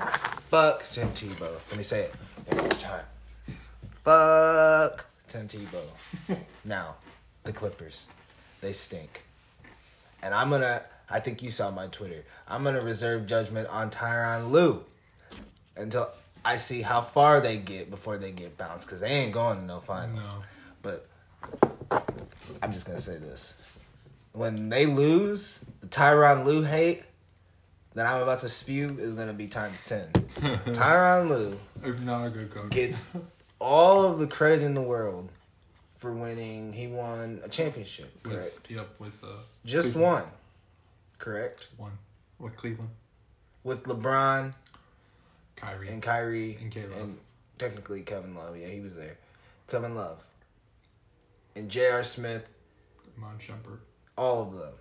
Fuck Tim Tebow. Let me say it one more time. Fuck Tim Tebow. now, the Clippers, they stink, and I'm gonna. I think you saw my Twitter. I'm gonna reserve judgment on Tyron Lue until I see how far they get before they get bounced because they ain't going to no finals.
No.
But I'm just gonna say this: when they lose, the Tyron Lou hate that I'm about to spew is gonna be times ten. Tyron Lou
If not a good coach.
gets all of the credit in the world for winning. He won a championship, correct?
with, yep, with uh,
Just
Cleveland.
one, correct?
One with Cleveland,
With LeBron
Kyrie.
and Kyrie
And K-Love.
technically Kevin Love. Yeah, he was there. Kevin Love and J.R. Smith,
Mon Shumpert.
all of them.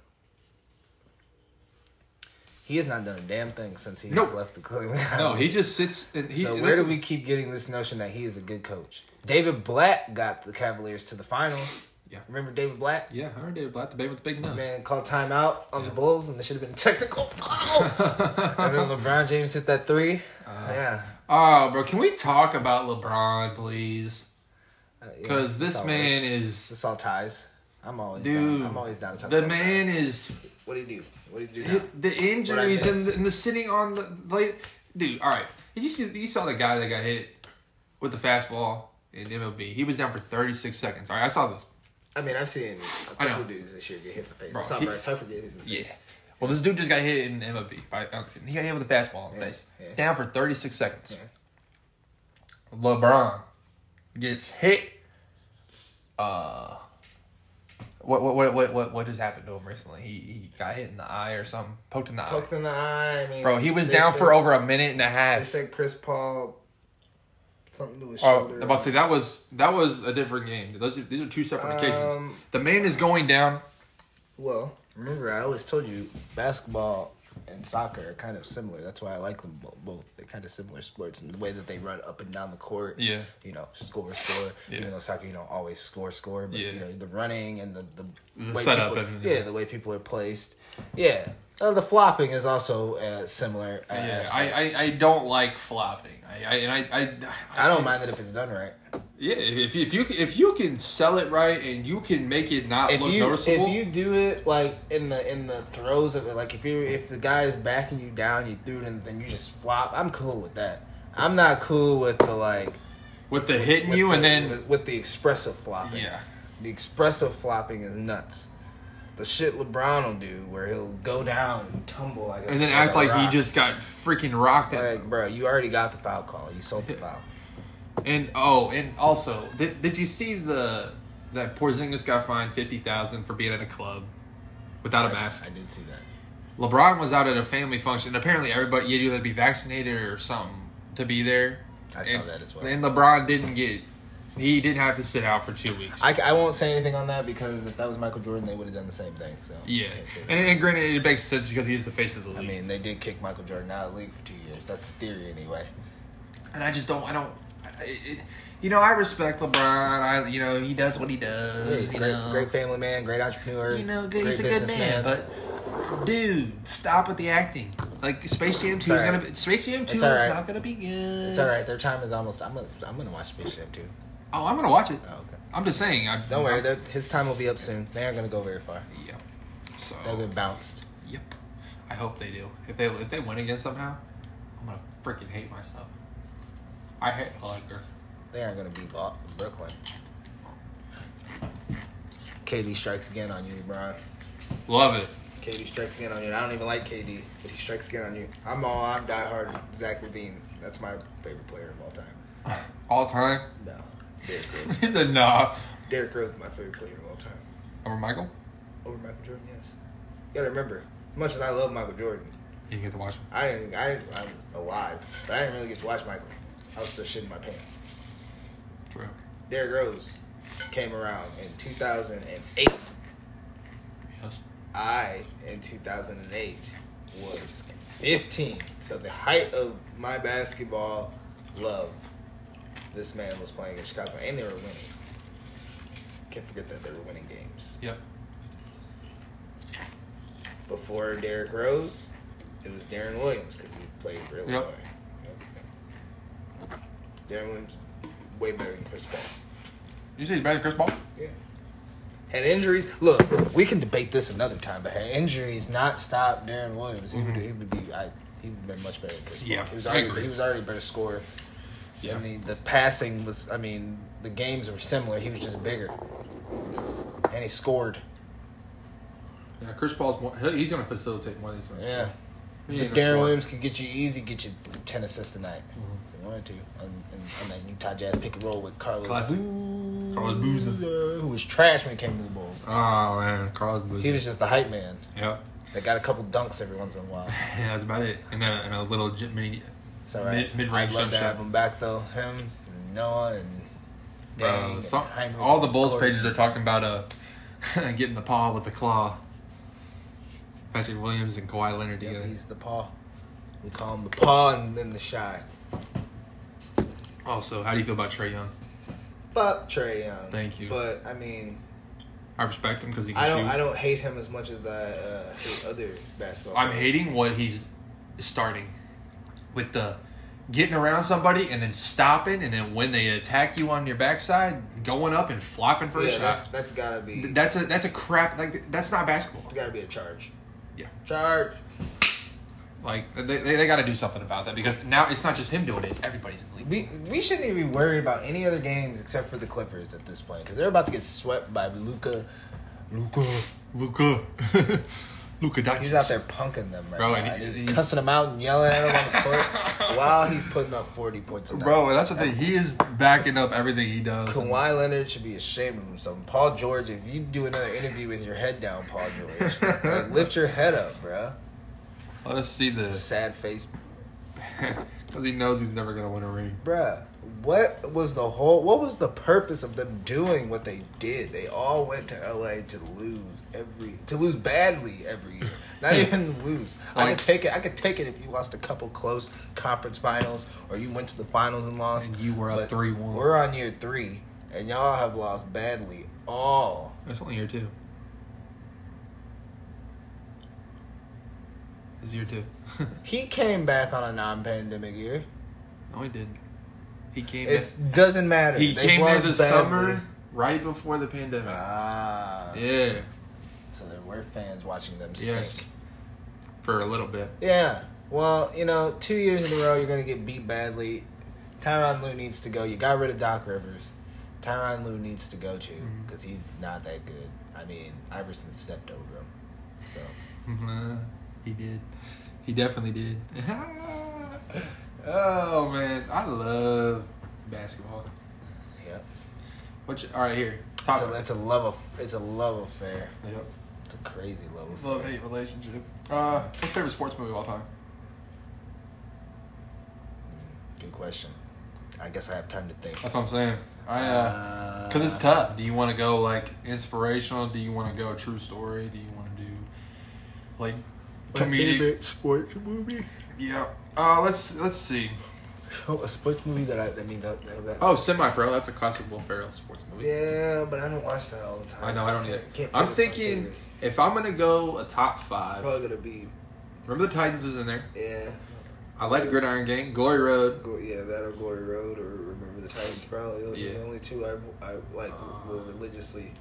He has not done a damn thing since he
Nope.
has left the Cleveland.
No, he just sits and he.
so
and
where do
that's-
we keep getting this notion that he is a good coach? David Black got the Cavaliers to the finals.
Yeah.
Remember David Black?
Yeah, I heard David Black, the baby with the big nose.
Man called timeout on the Bulls, and there should have been a technical foul. and then LeBron James hit that three.
Uh,
yeah,
Oh, bro, can we talk about LeBron, please?
Uh, yeah,
Because
it's
this
all
man
works.
is,
It's all ties. I'm always
dude.
down. I'm always down to talk
the
about
man is
What do you do? What do you do? Now?
the injuries and the,
miss?
and the sitting on the like, dude. All right, Did you see you saw the guy that got hit with the fastball in MLB. He was down for thirty six seconds. All right, I saw this.
I mean, I've seen a
I know.
couple dudes this year get hit in the face.
Bro,
I saw
he-
Bryce Harper get hit in the face.
Yeah. Well, this dude just got hit in MLB. By, um, he got hit with a fastball in the
Yeah,
face.
yeah.
Down for 36 seconds. LeBron gets hit. Uh, what what what what what what just happened to him recently? He he got hit in the eye or something, poked in the
Poked
eye.
in the eye. I mean,
Bro, he was
they
down
said-
for over a minute and a
They
half.
said Chris Paul something to his
Oh,
shoulder.
I'm about to say that was that was a different game. Those are, these are two separate occasions.
Um,
The man is going down.
well,
Remember, I always told you basketball and soccer are kind of similar. That's why I like them bo- both. They're kind of similar sports in the way that they run up and down the court.
Yeah.
You know, score, score.
Yeah.
Even though soccer, you don't always score, score. But,
Yeah.
you know, the running and the, the,
The setup
people,
and-
yeah, the way people are placed. Yeah. Uh, the flopping is also uh, similar. uh,
Yeah,
aspect.
I, I, I don't like flopping. I, I and I, I
I don't mind it if it's done right.
Yeah, if if you if you can sell it right and you can make it not
if
look
you
noticeable,
if you do it like in the in the throes of it, like if you if the guy is backing you down, you threw it and then you just flop. I'm cool with that. I'm not cool with the like
with the hitting
with
you
the,
and then
with, with the expressive flopping.
yeah,
the expressive flopping is nuts. The shit LeBron will do, where he'll go down and tumble like, a-
and then
a
act like
rock.
he just got freaking rocked. at-
like, bro, you already got the foul call. You sold the foul.
and oh, and also, did, did you see the that Porzingis got fined fifty thousand for being at a club without a mask?
I did see that.
LeBron was out at a family function. Apparently, everybody you had to be vaccinated or something to be there.
I saw
And-
that as well.
And LeBron didn't get. He didn't have to sit out for two weeks.
I, I won't say anything on that because if that was Michael Jordan, they would have done the same thing. So
yeah,
can't say that.
and, and granted, it makes sense because he's the face of the league.
I mean, they did kick Michael Jordan out of the league for two years. That's the theory, anyway.
and I just don't. I don't. I, it, you know, I respect LeBron. I, you know, he does what he does.
He's
Uh, you
a great,
know,
great family man, great entrepreneur.
you know, good,
great
he's a good man.
businessman.
But dude, stop with the acting. Like Space Jam Two is
alright.
gonna be Space Jam Two
It's
is
alright.
not gonna be good.
it's all right. Their time is almost. I'm gonna, I'm gonna watch Space Jam too.
Oh, I'm gonna watch it.
Oh, okay.
I'm just saying. I,
Don't worry,
I,
their- his time will be up soon. They aren't gonna go very far.
yeah. So
They'll get bounced.
yep. I hope they do. If they if they win again somehow, I'm gonna freaking hate myself. I hate Hollinger.
They aren't gonna beat Bo- Brooklyn. KD strikes again on you, LeBron.
Love it.
KD strikes.
strikes again on you. I don't even like KD, but he strikes again on you. I'm all I'm diehard Zach Levine. That's my favorite player of all time.
All time.
No, Derrick Rose.
the nah.
Derrick Rose is my favorite player of all time.
Over Michael.
Over Michael Jordan, yes. You gotta remember, as much as I love Michael Jordan,
You get to watch him.
I didn't. I, didn't, I was alive, but I didn't really get to watch Michael. I was still shitting my pants.
True.
Derrick Rose came around in 2008.
Yes.
I in 2008 was 15. So the height of my basketball love, this man was playing in Chicago, and they were winning. Can't forget that they were winning games.
Yep.
Before Derrick Rose, it was Darren Williams because he played for Illinois. Yep. Darren Williams way better than Chris Paul.
You see, he's better than Chris Paul.
Yeah. Had injuries. Look,
We can debate this another time, but had injuries not stopped Darren Williams, he, would, he would be. I, he would have been much better. Than Chris Paul.
Mm-hmm. Yeah,
he was
I
already.
agree.
He was already a better scorer.
Yeah.
I mean, the passing was. I mean, the games were similar. He was just bigger, and he scored.
Yeah, Chris Paul's more. he- He's gonna facilitate more than he's gonna score.
Yeah.
He
But
ain't Mm-hmm. no
Darren
scorer.
Williams could get you easy, get you ten assists tonight. If he wanted to, and, and, and that Utah Jazz pick and roll with Carlos,
Classic.
Boozer,
Carlos Boozer.
who was trash when he came to the Bulls.
Oh man, Carlos Boozer.
He was just the hype man.
Yep.
That got a couple dunks every once in a while.
Yeah, that's about it. And a, and a little j- mini. uh,
It's all right.
Mid range
I'd love
jump
to have
shot.
him back though. Him, and Noah, and Dang,
Bro,
and
some,
Heinrich,
all the Bulls
Gordon.
pages are talking about uh, getting the paw with the claw. Patrick Williams and Kawhi Leonard
Yeah,
together.
he's the paw. We call him the paw and then the shy.
also, how do you feel about Trey Young?
fuck Trey Young.
Thank you.
But I mean,
I respect him because he can
I don't.
shoot.
I don't hate him as much as I uh, hate other basketball.
I'm
players.
hating what he's starting with the getting around somebody and then stopping, and then when they attack you on your backside, going up and flopping for
Yeah,
a
that's,
shot.
that's gotta be.
Th-
That's
That's a that's a crap. Like that's not basketball.
gotta be a charge.
Yeah.
Charge.
Like they they, they got to do something about that because now it's not just him doing it; it's everybody's in the league.
We we shouldn't even be worried about any other games except for the Clippers at this point because they're about to get swept by Luca. Luca.
Luca, Luca, Doncic.
He's out there punking them right
Bro,
now.
and he-
he's
he-
cussing them out and yelling at them on the court while he's putting up forty points. A night.
bro. That's the thing. He is backing up everything he does.
Kawhi Leonard should be ashamed of himself. And Paul George, if you do another interview with your head down, Paul George, like, lift your head up, bruh.
Let us see this
Sad face,
because he knows he's never gonna win a ring.
bruh. What was the whole? What was the purpose of them doing what they did? They all went to LA to lose every, to lose badly every year. Not even lose. I
Like-
could take it. I could take it if you lost a couple close conference finals, or you went to the finals and lost.
And you were up
But
3-1.
We're on year three, and y'all have lost badly all
It's only year two. It's year two.
He came back on a non-pandemic year.
no, he didn't. He came.
It
back-
doesn't matter.
he
They
came there
lost
this
badly.
summer, right before the pandemic.
Ah,
yeah.
so there were fans watching them stink.
Yes. For a little bit.
Yeah. Well, you know, two years in a row, you're gonna get beat badly. Tyron Lue needs to go. You got rid of Doc Rivers. Tyron Lue needs to go too
Mm-hmm.
because he's not that good. I mean, Iverson stepped over him. So
he did. He definitely did. oh man, I love basketball.
yep,
What? You, all right, here.
it's
Top.
a, it's a love. Of, it's a love affair.
Yep.
It's a crazy love affair.
Love hate relationship. Uh, what's favorite sports movie of all time?
Mm-hmm. Good question. I guess I have time to think.
That's what I'm saying. I uh, cause it's tough. Do you want to go like inspirational? Do you want to go true story? Do you want to do like comedic?
sports movie.
Yeah. Uh, let's let's see.
Oh, a sports movie that I, that means that, that
Oh, semi pro. That's a classic Will Ferrell sports movie.
yeah, but I don't watch that all the time.
I know. I don't either.
Can't- can't say
I'm
that's my
thinking
favorite.
if I'm gonna go a top five.
Probably gonna be.
Remember the Titans is in there.
Yeah.
I like Gridiron Gang, Glory Road.
Glo- Yeah, that or Glory Road or Remember the Titans. Probably those
Yeah. Uh.
are the only two I I like will religiously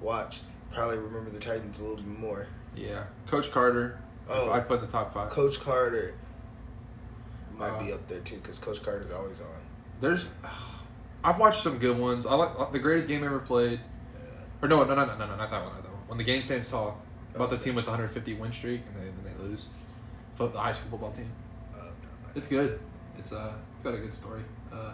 watch. Probably Remember the Titans a little bit more.
Yeah. Coach Carter.
Oh.
I'd put in the top five.
Coach Carter might
Uh,
be up there too because Coach Carter's always on.
There's, I've watched some good ones. I like uh, the greatest game ever played. Or no, no, no, no, no, no, not that one. Not that one. When the game stands tall, about the team with the 150 win streak and they, then they lose. Fo- the high school football team.
Oh, no,
It's good. It's uh, it's got a good story. Uh,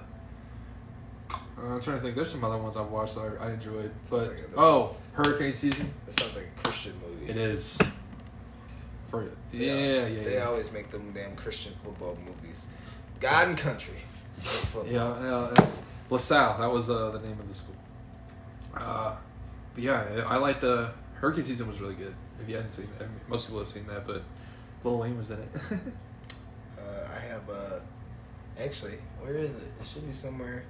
I'm trying to think. There's some other ones I've watched that I, I enjoyed. But
like a-
oh, hurricane season.
that sounds like a Christian movie.
It is. For
They
yeah,
al-
yeah, yeah.
They
yeah.
always make them damn Christian football movies. God and country. Football.
Yeah, yeah, yeah. LaSalle, that was uh, the name of the school. Uh, but yeah, I I like the Hurricane season was really good. If you hadn't seen that, I mean, most people have seen that, but Lil Wayne was in it.
Uh, I have uh, actually, where is it? It should be somewhere.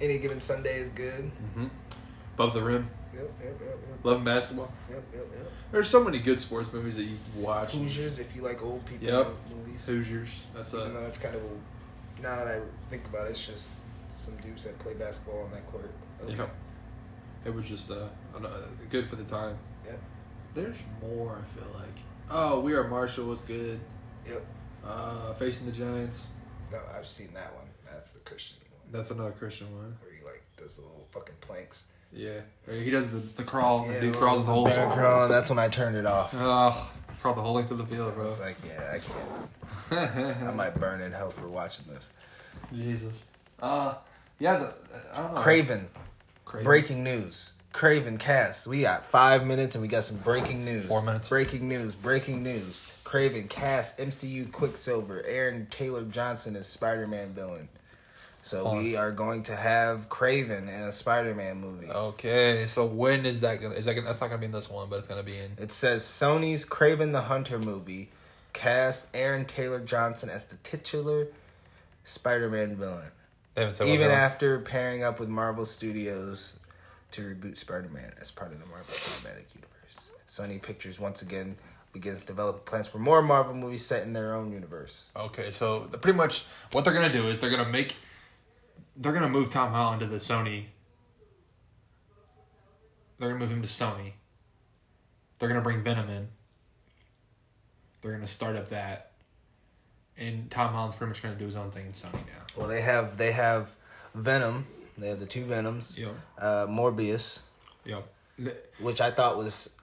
Any given Sunday is good.
mm-hmm. Above the Rim,
Yep, yep, yep, yep,
Love and Basketball.
yep, yep, yep.
There's so many good sports movies that you watch.
Hoosiers, if you like old people
Yep.
movies.
Hoosiers. That's uh,
Even though
a
it's kind of a, now that I think about it, it's just some dudes that play basketball on that court. Okay.
yeah. It was just uh, an- uh, good for the time.
Yep.
There's more. I feel like. Oh, We Are Marshall was good.
Yep.
Uh, Facing the Giants.
No, I've seen that one. That's the Christian one
That's another Christian one.
where he like does the little fucking planks.
Yeah, Or he does the, the crawl.
Yeah,
the Oh, dude crawls the whole.
Bear crawl, and that's when I turned it off.
Ugh, crawled the whole length of the field,
I
bro.
was like, yeah, I can't. I might burn in hell for watching this.
Jesus. Uh, yeah. The, I don't know.
Craven,
Craven.
breaking news. Craven cast. We got five minutes and we got some breaking news.
Four minutes.
Breaking news. Breaking news. Craven cast MCU Quicksilver. Aaron Taylor Johnson is Spider Man villain. So
Hold on. Oh.
we are going to have Craven in a Spider Man movie.
Okay, so when is that gonna? Is that gonna? That's not gonna be in this one, but it's gonna be in.
It says Sony's Craven the Hunter movie cast Aaron Taylor Johnson as the titular Spider-Man villain,
They haven't said what
even
they're-
after pairing up with Marvel Studios to reboot Spider-Man as part of the Marvel Cinematic Universe. Sony Pictures once again begins developing plans for more Marvel movies set in their own universe.
Okay, so the- pretty much what they're gonna do is they're gonna make. They're gonna move Tom Holland to the Sony. They're gonna move him to Sony. They're gonna bring Venom in. They're gonna start up that, and Tom Holland's pretty much gonna do his own thing in Sony now.
Well, they have they have Venom. They have the two Venoms.
Yep.
Uh, Morbius,
Yep. N-
which I thought was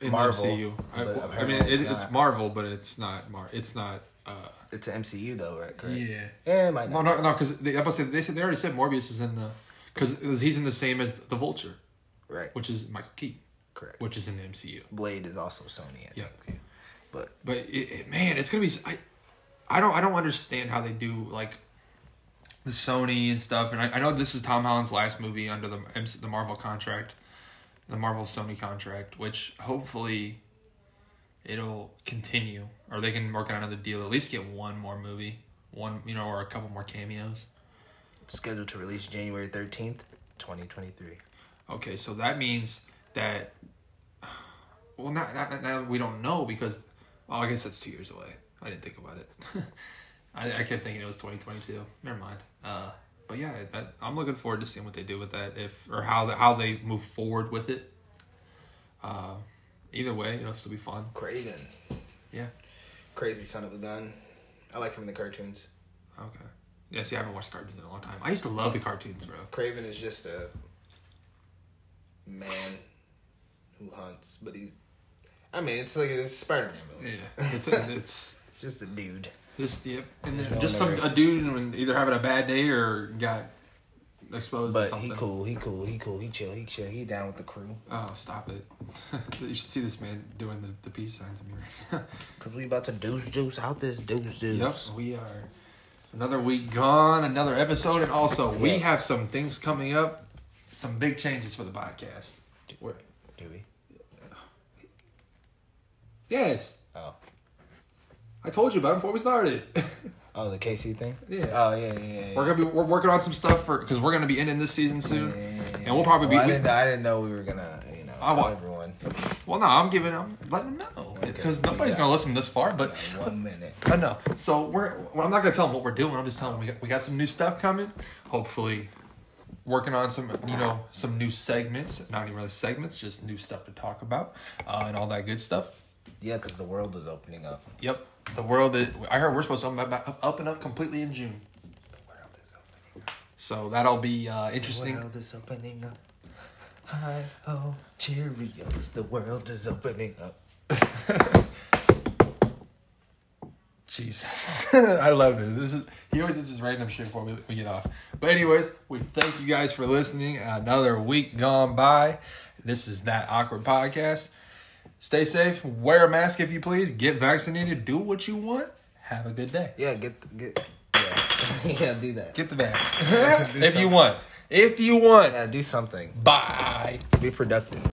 In
Marvel,
Marvel, MCU. I, I
but
mean,
apparently
it,
it's
it's,
not.
Marvel, but it's not Mar. It's not. Uh,
it's an MCU though, right? Correct?
yeah.
Yeah, it might
No,
not.
no, no. Because they, I must say, they said they already said Morbius is in the because he's in the same as the Vulture,
Right.
which is Michael Keaton,
Correct.
which is in the MCU.
Blade is also Sony. I
Yeah.
think. But
But it, it, man, it's gonna be. s- I, I don't. I don't understand how they do like the Sony and stuff. And I, I know this is Tom Holland's last movie under the MC the Marvel contract, the Marvel Sony contract, which hopefully it'll continue, or they can work on another deal. At least get one more movie, one you know, or a couple more cameos.
it's scheduled to release January thirteenth, twenty twenty three.
Okay, so that means that. Well, not not, not now we don't know because, well, I guess that's two years away. I didn't think about it. I, I kept thinking it was twenty twenty two. Never mind. Uh, but yeah, that, I'm looking forward to seeing what they do with that, if or how the, how they move forward with it. Uh, either way, it'll still be fun.
Craven,
Yeah.
crazy son of a gun. I like him in the cartoons.
Okay. Yeah. See, I haven't watched cartoons in a long time. I used to love the cartoons, bro.
Craven is just a man who hunts, but he's. I mean, it's like it's Spider Man movie.
Yeah. It's it's
It's just a dude.
Just yep, and
Yeah,
then just some
whatever.
a dude and either having a bad day or got exposed. to
But he
something.
cool. He cool. He cool. He chill. He chill. He down with the crew.
Oh, stop it! you should see this man doing the, the peace signs to me right
Cause we about to deuce deuce out this deuce deuce.
now. yep, we are another week gone, another episode, and also we
Yeah.
have some things coming up, some big changes for the podcast. We're,
Do we?
yes,
Oh.
I told you about it before we started.
Oh, the KC thing.
Yeah.
Oh yeah yeah yeah. yeah.
we're gonna be we're working on some stuff for because we're gonna be ending this season soon,
Yeah, yeah, yeah,
and we'll probably
Well, I
be. we-
didn't, I didn't know we were gonna, you know,
I
tell
wa-
everyone
well, no, I'm giving. I'm letting them know because nobody's
Yeah.
gonna listen this far, but.
in one minute.
I know. So we're. Well, I'm not gonna tell them what we're doing. I'm just telling them we got, we got some new stuff coming. Hopefully, working on some you know some new segments. Not even really segments, just new stuff to talk about uh, and all that good stuff.
Yeah, because the world is opening up.
Yep. The world. Is, I heard we're supposed to open up, up and up completely in June.
The world is opening.
So that'll be uh, interesting.
world is opening up. Hi ho, Cheerios. The world is opening up.
Jesus. I love this. This is he always does this random shit before we, we get off. But anyways, we thank you guys for listening. Another week gone by. This is that awkward podcast. Stay safe. Wear a mask if you please. Get vaccinated. Do what you want. Have a good day.
Yeah, get get. Yeah, yeah do that.
Get the vax if you want. If you want.
yeah, do something.
Bye.
Be productive.